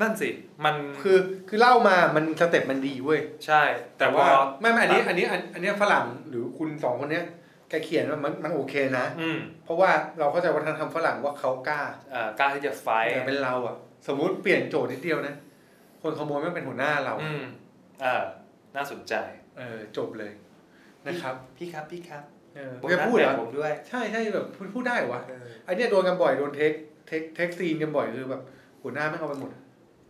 Speaker 2: นั่นสิ มัน
Speaker 1: คือคือเล่ามามันสเต็ปมันดีเว้ย
Speaker 2: ใช่ แต่
Speaker 1: แต่
Speaker 2: ว่า
Speaker 1: ว่าไม่ไม่อันนี้อันนี้อันอันเนี้ยฝรั่งหรือคุณสองคนเนี้ยแกเขียนว่ามันมันโอเคนะ
Speaker 2: อืม
Speaker 1: เพราะว่าเราเข้าใจวัฒนธรรมฝรั่งว่าเขากล้า
Speaker 2: อ่ากล้าที่จะไฟท์
Speaker 1: แต่เป็นเราอะสมมุติเปลี่ยนโจทย์นิดเดียวนะ คนขโมยไม่เป็นหัวหน้าเรา
Speaker 2: อืมอ่าน่าสนใจ
Speaker 1: เออจบเลยนะครับ
Speaker 2: พี่ครับพี่ครับ
Speaker 1: เออ
Speaker 2: โบนั
Speaker 1: แก
Speaker 2: ส
Speaker 1: พูดเหร
Speaker 2: แบ่
Speaker 1: อง
Speaker 2: ผมด้วย
Speaker 1: ใช่ใช่แบบพูดพูดได้เหรอวะ
Speaker 2: เออ
Speaker 1: ไอเนี้ยโดนกันบ่อยโดนเทคเทคเทคซีนกันบ่อยคือแบบหัวหน้าไม่งเอาไปหมด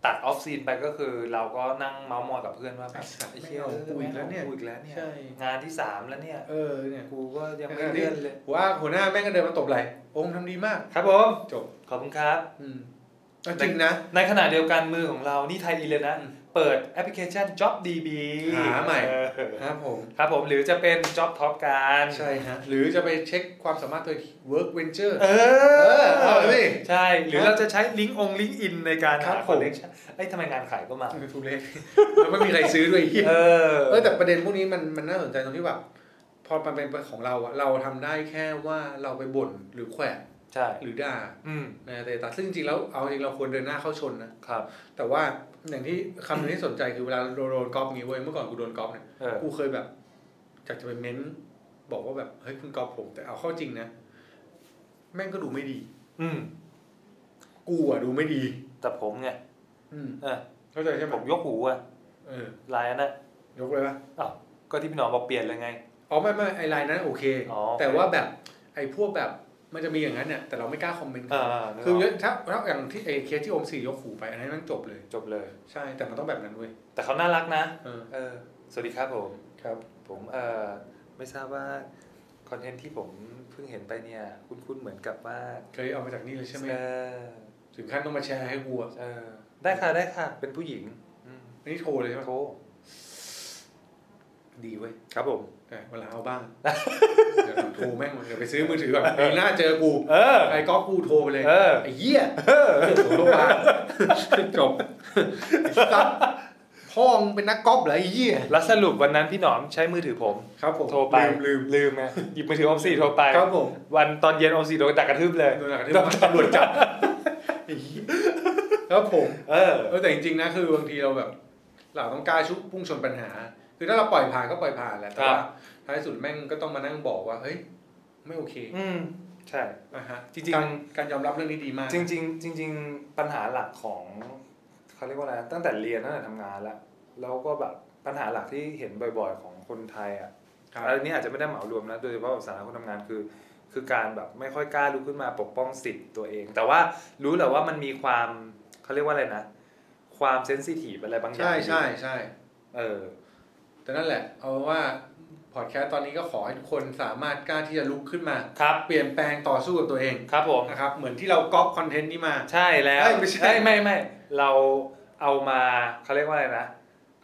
Speaker 2: ตัดออฟซีนไปก็คือ เราก็นั่งเมาส์มอยกับเพื่อนว่าแบบ
Speaker 1: ไอ้สัตว์ไม่เอากูอีกแล้วเนี่ย
Speaker 2: กูอีกแล้วเนี่ย
Speaker 1: ใช่
Speaker 2: งานที่สามแล้วเนี่ย
Speaker 1: เออเนี่ย
Speaker 2: กูก็ยังไม่เลื่อนเลย
Speaker 1: หัวหัวหน้าแม่งก็เดินมาตบไหลองค์ทำดีมาก
Speaker 2: ครับผม
Speaker 1: จบ
Speaker 2: ขอบคุณครับ
Speaker 1: อืมเอาจริงนะ
Speaker 2: ในขณะเดียวกันมือของเรา นี่ไทยอีเลยนะ
Speaker 1: อืม
Speaker 2: เปิดแอปพลิเคชัน JobDB
Speaker 1: หาใหม่
Speaker 2: เออ
Speaker 1: ครับผม
Speaker 2: ครับผมหรือจะเป็น Job Talk การ
Speaker 1: ใช่ฮะ หรือจะไปเช็คความสามารถตัวเองที่ work venture
Speaker 2: เออ
Speaker 1: เอาเลย
Speaker 2: ใช่ หรือเราจะใช้ลิงก์องลิงก์อินในการ
Speaker 1: ครั
Speaker 2: หา
Speaker 1: บ
Speaker 2: ค
Speaker 1: ผม
Speaker 2: อนเนคชั่นไอ้ยทำไมงานขายก็มา
Speaker 1: ทุเรศแล้วไม่มีใครซื้อด้วยไอ้เหี้ย
Speaker 2: เออ
Speaker 1: เออแต่ประเด็นพวกนี้มันมันน่าสนใจตรงที่แบบพอมันเป็นของเราอะเราทำได้แค่ว่าเราไปบ่นหรือแขวะ
Speaker 2: ใช่
Speaker 1: หรือด่า
Speaker 2: อืม
Speaker 1: ในแต่ตัดซึ่งจริงๆแล้วเอาจริงเราควรเดินหน้าเข้าชนนะครับ แต่ว่าอย่างที่คำหนึงที่สนใจคือเวลาโดนโดนกอล์ฟงี้เว้ยเมื่อก่อนกูโดนกอล์ฟเนี่ย
Speaker 2: เออ
Speaker 1: กูเคยแบบอยากจะไปเม้นบอกว่าแบบเฮ้ยคุณกอล์ฟผมแต่เอาเข้าจริงนะ แม่งก็ดูไม่ดี
Speaker 2: อืม
Speaker 1: กูอะดูไม่ดี
Speaker 2: แต่ผมไง
Speaker 1: อืม
Speaker 2: เออ
Speaker 1: เข้าใจใช่ไหม
Speaker 2: ผมยกหูอะ
Speaker 1: เออ
Speaker 2: ไลน์นั้นน่ะ
Speaker 1: ยกเลยปะ
Speaker 2: ก็ที่พี่หนอมบอกเปลี่ยนเลยไง
Speaker 1: อ๋อไม่ไม่ไอไลน์นั้นโอเค
Speaker 2: อ๋อโอเค
Speaker 1: แต่ว่าแบบไอพวกแบบมันจะมีอย่างนั้นเนี่ยแต่เราไม่กล้าคอมเมนต์
Speaker 2: เออ
Speaker 1: คือเยอะถ้าถ้าอย่างที่ไอเคสที่อมสี่ยกหูไปอันนั้นมันจบเลย
Speaker 2: จบเลย
Speaker 1: ใช่แต่มันต้องแบบนั้นเว้ย
Speaker 2: แต่เขาน่ารักนะ
Speaker 1: เออ
Speaker 2: เออ สวัสดีครับผม
Speaker 1: ครับ
Speaker 2: ผมเอ่อไม่ทราบว่าคอนเทนต์ที่ผมเพิ่งเห็นไปเนี่ย คุ้นๆเหมือนกับว่า
Speaker 1: เคยเอามาจากนี่เลยใช่ไหม
Speaker 2: เออ
Speaker 1: ถึงขั้นต้องมาแชร์ให้กูอะ
Speaker 2: เออได้ค่ะได้ค่ะ เป็นผู้หญิงอืม
Speaker 1: อันนี้โทรเลยใช่ไหม
Speaker 2: โทร
Speaker 1: ดีเว้ย
Speaker 2: ครับผม
Speaker 1: แต่เวลาเอาบ้างเดี๋ยวโทรแม่งเดี๋ยวไปซื้อมือถือก่อนปีหน้าเจอกู
Speaker 2: เออ
Speaker 1: ไอ้ก๊อฟกูโทรไปเลย
Speaker 2: เออ
Speaker 1: ไอ้เหี้ยโทรโรงพยาบาลจบไอ้สัสพ่อมึงเป็นนักก๊อฟเหรอไอ้เหี้ย
Speaker 2: แล้วสรุปวันนั้นพี่หนอมใช้มือถือผม
Speaker 1: ครับผม
Speaker 2: โทรไป
Speaker 1: ลืม
Speaker 2: ลืมไงหยิบมือถือออมสี่โทรไป
Speaker 1: ๆครับผม
Speaker 2: วันตอนเย็นออมสี่โดนดักกระทืบเลย
Speaker 1: โดนอะไรที่ตำรวจจับแล้วผม
Speaker 2: เออ
Speaker 1: เออแต่จริงๆนะคือบางทีเราแบบ เราต้องกล้าชุบพุ่งชนปัญหา คือถ้าเราปล่อยผ่านก็ปล่อยผ่านแหละแต่ว่าท้ายสุดแม่งก็ต้องมานั่งบอกว่าเฮ้ยไม่โอเค
Speaker 2: อืมใช่
Speaker 1: นะฮะ
Speaker 2: จริงๆ
Speaker 1: กาการยอมรับเรื่องนี้ดีมาก
Speaker 2: จริงๆจริงๆปัญหาหลักของเขาเรียกว่าอะไรตั้งแต่เรียนตั้งแต่ทำงานแล้วแล้วก็แบบปัญหาหลักที่เห็นบ่อยๆ ของคนไทยอ่ะ
Speaker 1: ครับ
Speaker 2: อันนี้อาจจะไม่ได้เหมารวมนะโดยเฉพาะแบบสถานะคนทำงานคือ คือการแบบไม่ค่อยกล้าลุกขึ้นมาปกป้องสิทธิ์ตัวเอง แต่ว่ารู้แหละว่ามันมีความเขาเรียกว่าอะไรนะ ความเซนซิทีฟอะไรบางอย่าง
Speaker 1: ใช่ใช่ใช่
Speaker 2: เออ
Speaker 1: แต่นั่นแหละ เอาว่าพอดแคสต์ตอนนี้ก็ขอให้ทุกคนสามารถกล้าที่จะลุกขึ้นมา
Speaker 2: ครับ
Speaker 1: เปลี่ยนแปลงต่อสู้กับตัวเอง
Speaker 2: ครับผม
Speaker 1: นะครับเหมือนที่เราก๊อปคอนเทนต์นี้มา
Speaker 2: ใช่แล้ว
Speaker 1: เอ้ยไม่ใช่
Speaker 2: เอ้ยไม่ไม่เราเอามาเขาเรียกว่าอะไรนะ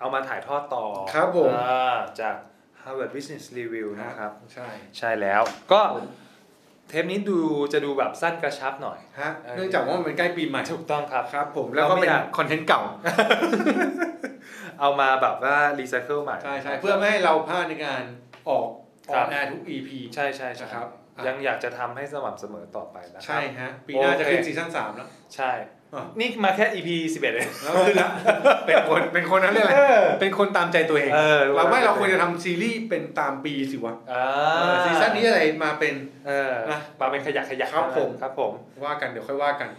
Speaker 2: เอามาถ่ายทอดต่อ
Speaker 1: ครับผม
Speaker 2: อ่าจาก Harvard Business Review นะครับ
Speaker 1: ใช่
Speaker 2: ใช่แล้วก็
Speaker 1: ครับผม
Speaker 2: เทปนี้ดูจะดูแบบสั้นกระชับหน่อย
Speaker 1: ฮะเนื่องจากว่ามันเป็นใกล้ปีใหม่
Speaker 2: ถูกต้องครับ
Speaker 1: ครับผมแล้วก็เป็น
Speaker 2: เราไม่อยาก
Speaker 1: คอนเทนต์เก่า
Speaker 2: เอามาแบบว่ารีไซเคิลใหม่
Speaker 1: ใช่ใช่เพื่อไม่ให้เราพลาดในการออกออนแอร์ทุก EP
Speaker 2: ใช่ใช่ใช่
Speaker 1: นะครับอ่ะ
Speaker 2: ยังอยากจะทำให้สม่ำเสมอต่อไปนะครั
Speaker 1: ใช่
Speaker 2: บ
Speaker 1: ฮะ ปีหน้าจะ
Speaker 2: โอเค
Speaker 1: ขึ้นซีซั่นสามแล้ว
Speaker 2: ใช่ นี่มาแค่ EP 11เอง
Speaker 1: แล้วขึ้นละ *laughs* เป็นคนเป็นคนนั้นเรียกอะไรเป็นคนตามใจตัวเอง
Speaker 2: เออ
Speaker 1: เราไม่เราควรจะทำซีรีส์เป็นตามปีสิวะ
Speaker 2: อ่า
Speaker 1: ซีซั่นนี้อะไรมาเป็น
Speaker 2: เออ
Speaker 1: นะ
Speaker 2: มาเป็นขยะขยะ
Speaker 1: ครับผม
Speaker 2: ครับผม
Speaker 1: ว่ากันเดี๋ยวค่อยว่ากัน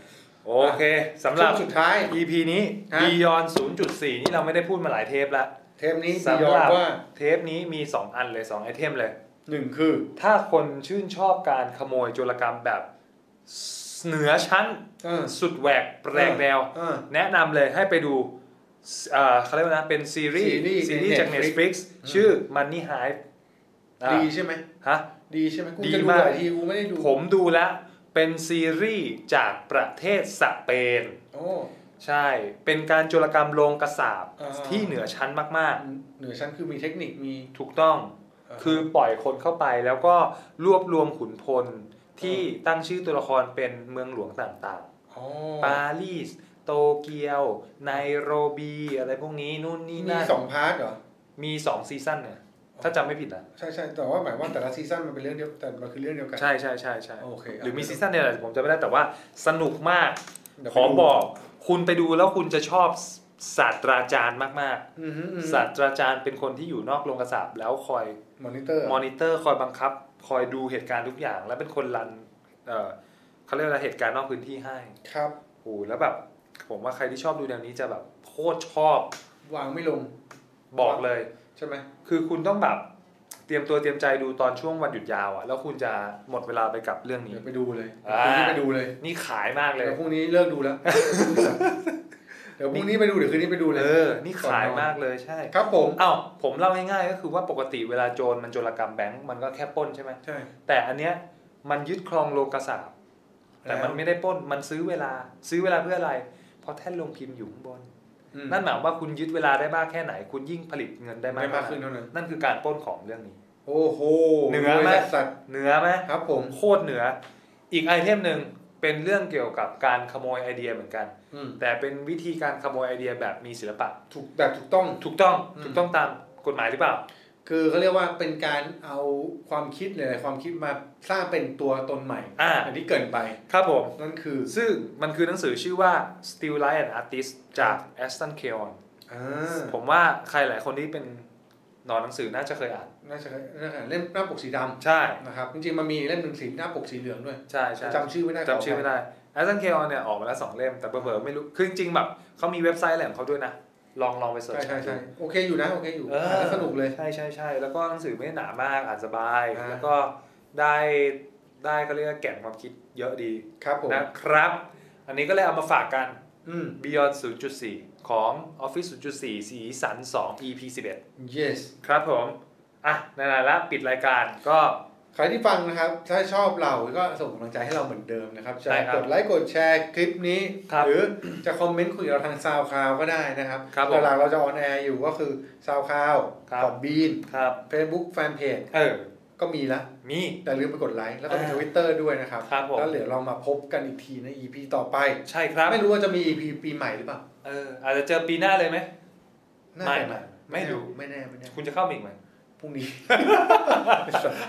Speaker 2: โอเคสำหรับ
Speaker 1: ช่วงสุดท้าย
Speaker 2: EP นี้
Speaker 1: ฮะ
Speaker 2: Beyond 0.4 นี่เราไม่ได้พูดมาหลายเทปแล้ว
Speaker 1: เทปนี้
Speaker 2: สำหรับ
Speaker 1: พี่ยอมว่า
Speaker 2: เทปนี้มี 2 อันเลย 2 ไอเทมเลย
Speaker 1: หนึ่งคือ
Speaker 2: ถ้าคนชื่นชอบการขโมยโจรกรรมแบบเหนือชั้น
Speaker 1: เออ
Speaker 2: สุดแหวกแปลกแนว
Speaker 1: เออ
Speaker 2: แนะนำเลยให้ไปดูเอ่อเขาเรียกว่านะเป็นซีรีส์
Speaker 1: ซีรีส์
Speaker 2: ซีรีส์จาก
Speaker 1: ใน
Speaker 2: Netflix ชื่อ Money Hive อ่ะ
Speaker 1: ดีใช่ไหม
Speaker 2: ฮะ
Speaker 1: ดีใช่ไหมกู
Speaker 2: ดี
Speaker 1: จะดู
Speaker 2: มาก
Speaker 1: หลายทีกูไม่ได้ดู
Speaker 2: ผมดูแล้ว เป็นซีรีส์จากประเทศสเปน
Speaker 1: โอ้
Speaker 2: ใช่ เป็นการโจรกรรมโลงกระสาบ
Speaker 1: อ่า
Speaker 2: ที่เหนือชั้นมาก
Speaker 1: เหนือชั้นคือมีเทคนิคมี
Speaker 2: ๆ ถูกต้อง
Speaker 1: เ
Speaker 2: คือปล่อยคนเข้าไปแล้วก็รวบรวมขุนพลที่ตั้งชื่อตัวละครเป็นเมืองหลวงต่าง
Speaker 1: อ๋อ
Speaker 2: ๆ ปารีส โตเกียว ไนโรบี อะไรพวกนี้นู่นนี่
Speaker 1: มี
Speaker 2: นั่น
Speaker 1: สองพาร์ทเหรอ
Speaker 2: มีสองซีซั่นเนี่ย ถ้าจำไม่ผิดนะ
Speaker 1: ใช่ใช่แต่ว่าหมายว่าแต่ละซีซั่นมันเป็นเรื่องเดียวแต่มันคือเรื่องเดียวกัน
Speaker 2: ใช่ใช่ใช่ใช่
Speaker 1: โอเค
Speaker 2: หรือมีซีซั่นเดียวแหละผมจำไม่ได้แต่ว่าสนุกมาก
Speaker 1: เดี๋ยว
Speaker 2: ข
Speaker 1: ไป
Speaker 2: อ
Speaker 1: ดู
Speaker 2: บอก คุณไปดูแล้วคุณจะชอบศาสตราจารย์มาก
Speaker 1: อือฮึอือฮึ
Speaker 2: ๆ ศาสตราจารย์เป็นคนที่อยู่นอกโรงกระสาบแล้วคอย
Speaker 1: มอนิเตอร์
Speaker 2: มอนิเตอร์คอยบังคับ คอยดูเหตุการณ์ทุกอย่าง แล้วเป็นคนรันเอ่อเขาเรียกว่าเหตุการณ์นอกพื้นที่ให้
Speaker 1: ครับ
Speaker 2: โอ้โหแล้วแบบผมว่าใครที่ชอบดูแนวนี้จะแบบโคตรชอบ
Speaker 1: วางไม่ลง
Speaker 2: บอกเลย
Speaker 1: ใช่ไหม
Speaker 2: คือคุณต้องแบบเตรียมตัวเตรียมใจดูตอนช่วงวันหยุดยาวอะแล้วคุณจะหมดเวลาไปกับเรื่องนี้
Speaker 1: เดี๋ยวไปดูเลย
Speaker 2: อ่า
Speaker 1: พรุ่งนี้ไปดูเลย
Speaker 2: นี่ขายมากเลย
Speaker 1: เดี๋ยวพรุ่งนี้เลิกดูแล้ว *laughs* เดี๋ยวพรุ่งนี้ไปดูเดี๋ยวคืนนี้ไปดูเลย
Speaker 2: เออนี่ขายมากเลยใช่
Speaker 1: ครับผม
Speaker 2: เอ้าผมเล่าง่ายๆก็คือว่าปกติเวลาโจรมันโจรกรรมแบงก์มันก็แค่ปล้นใช่ไหม
Speaker 1: ใช่
Speaker 2: แต่อันเนี้ยมันยึดครองโลกสาบ แต่มันไม่ได้ปล้น มันซื้อเวลา ซื้อเวลาเพื่ออะไร เพราะแท่นลงพิมพ์อยู่ข้างบน
Speaker 1: อืม
Speaker 2: นั่นหมายความว่าคุณยึดเวลาได้มากแค่ไหน คุณยิ่งผลิตเงินได้
Speaker 1: ได้
Speaker 2: มาก
Speaker 1: มากขึ้นเท่านั้น
Speaker 2: นั่นคือการปล้นของเรื่องนี้
Speaker 1: โอ้โห
Speaker 2: เหนือไหม
Speaker 1: รวยสัตว์
Speaker 2: เหนือไหม
Speaker 1: ครับผม
Speaker 2: โคตรเหนือ อีกไอเทมหนึ่งเป็นเรื่องเกี่ยวกับการขโมยไอเดียเหมือนกัน
Speaker 1: อืม
Speaker 2: แต่เป็นวิธีการขโมยไอเดียแบบมีศิลปะ
Speaker 1: ถูกแบบถูกต้อง
Speaker 2: ถูกต้อง
Speaker 1: อืม
Speaker 2: ถูกต้องตามกฎหมายหรือเปล่า
Speaker 1: คือเขาเรียกว่าเป็นการเอาความคิดหลายๆความคิดมาสร้างเป็นตัวตนใหม่
Speaker 2: อ่า
Speaker 1: อันนี้เกินไป
Speaker 2: ครับผม
Speaker 1: นั่นคือ
Speaker 2: ซึ่งมันคือหนังสือชื่อว่า Still Life and Artist จาก Aston k e o n
Speaker 1: อ่า
Speaker 2: ผมว่าใครหลายคนที่เป็นหนอนหนังสือน่าจะเคยอ่าน
Speaker 1: น่าจะน่าจะเล่มหน้าปกสีดำ
Speaker 2: ใช่
Speaker 1: นะครับจริงๆมันมีเล่มหนึ่งสีหน้าปกสีเหลืองด้วย
Speaker 2: ใช่ใช่
Speaker 1: จำชื่อไม่ได้
Speaker 2: จำชื่อไม่ได้แอสตันเคออนเนี่ยออกมาแล้วสองเล่ม แต่เบอร์ไม่รู้ คือจริงๆแบบเขามีเว็บไซต์อะไรของเขาด้วยนะ ลองลองไปเสิร์ช
Speaker 1: ใช่ใช่ใช่โอเคอยู่นะโอเคอยู่
Speaker 2: เออ
Speaker 1: อ่านแล้วสนุกเลย
Speaker 2: ใช่ใช่ใช่แล้วก็หนังสือไม่ได้หนามากอ่านสบาย
Speaker 1: อ่า
Speaker 2: แล้วก็ได้ได้เขาเรียกว่าแก่นความคิดเยอะดี
Speaker 1: ครับผม
Speaker 2: นะครับ อันนี้ก็เลยเอามาฝากกัน
Speaker 1: อืม
Speaker 2: Beyond 0.4 ของ Office 0.4 สีสัน 2 EP 11
Speaker 1: yes
Speaker 2: ครับผม อ่ะนานๆแล้วปิดรายการก็
Speaker 1: ใครที่ฟังนะครับ ถ้าชอบเราก็ส่งกำลังใจให้เราเหมือนเดิมนะครับจะ
Speaker 2: ใช่ครับ
Speaker 1: กดไลค์กดแชร์คลิปนี้
Speaker 2: ครับ
Speaker 1: หรือจะคอมเมนต์คุยกับเราทางซาวคลาวก็ได้นะครับ
Speaker 2: ครับผม
Speaker 1: หลักๆเราจะออนแอร์อยู่ก็คือซาวคลาว
Speaker 2: ครับ
Speaker 1: ขอบบีน
Speaker 2: ครับ
Speaker 1: Facebook Fanpage
Speaker 2: เออ
Speaker 1: ก็มีละ
Speaker 2: มี
Speaker 1: แต่ลืมไปกดไลค์แล้วก็มี
Speaker 2: อ่า
Speaker 1: ทวิตเตอร์ด้วยนะครับ
Speaker 2: ครับผม
Speaker 1: แล้วเดี๋ยวเรามาพบกันอีกทีใน EP ต่อไป
Speaker 2: ใช่ครับ
Speaker 1: ไม่รู้ว่าจะมี EP ปีใหม่หรือเปล่า
Speaker 2: เอออาจจะเจอปีหน้าเลยไหม
Speaker 1: น่าจะ
Speaker 2: ไม่ไม่รู้
Speaker 1: ไม่แน่ไม่แน่
Speaker 2: คุณจะเข้ามาอีกไหม *laughs*
Speaker 1: พรุ่งนี้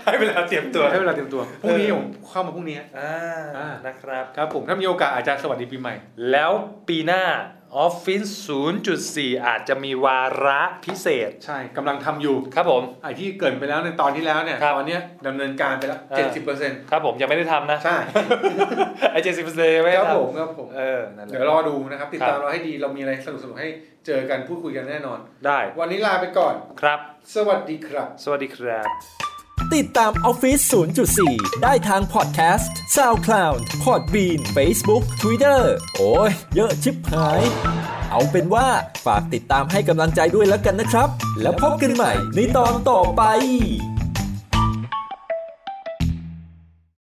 Speaker 2: ให้เวลาเตรียมตัว
Speaker 1: ให้เวลาเตรียมตัวพรุ่งนี้ผมเข้ามาพรุ่งนี้
Speaker 2: อ่า
Speaker 1: อ่า
Speaker 2: นะครับ
Speaker 1: ครับผมถ้ามีโอกาสอาจจะสวัสดีปีใหม่
Speaker 2: แล้วปีหน้าออฟฟิศ0.4 อาจจะมีวาระพิเศษ
Speaker 1: ใช่กำลังทำอยู่
Speaker 2: ครับผม
Speaker 1: ไอ้ที่เกรินไปแล้วในตอนที่แล้วเนี่ย
Speaker 2: ครับ
Speaker 1: ตอนเนี้ยดำเนินการไปแล้ว
Speaker 2: เออ
Speaker 1: เจ็ดสิบเปอร์เซ็นต์
Speaker 2: ครับผมยังไม่ได้ทำนะ
Speaker 1: ใช่
Speaker 2: ไอเจสิบเปอร์เซ็นต์ไม่ได้
Speaker 1: ครับ
Speaker 2: ท
Speaker 1: ผมครับผม
Speaker 2: ำเออนั่นแหละ
Speaker 1: เดี๋ยวรอดูนะครับ ติด
Speaker 2: ครับ
Speaker 1: ตามเราให้ดีเรามีอะไรสนุกสนุกๆให้เจอกันพูดคุยกันแน่นอน
Speaker 2: ได้
Speaker 1: วันนี้ลาไปก่อน
Speaker 2: ครับ
Speaker 1: สวัสดีครับ
Speaker 2: สวัสดีครับ
Speaker 6: ติดตามออฟฟิศ0.4 ได้ทางพอดแคสต์ SoundCloud Podbean Facebook Twitter โอ้ย เยอะชิบหาย เอาเป็นว่าฝากติดตามให้กำลังใจด้วยแล้วกันนะครับ แล้วพบกันใหม่ในตอนต่อไป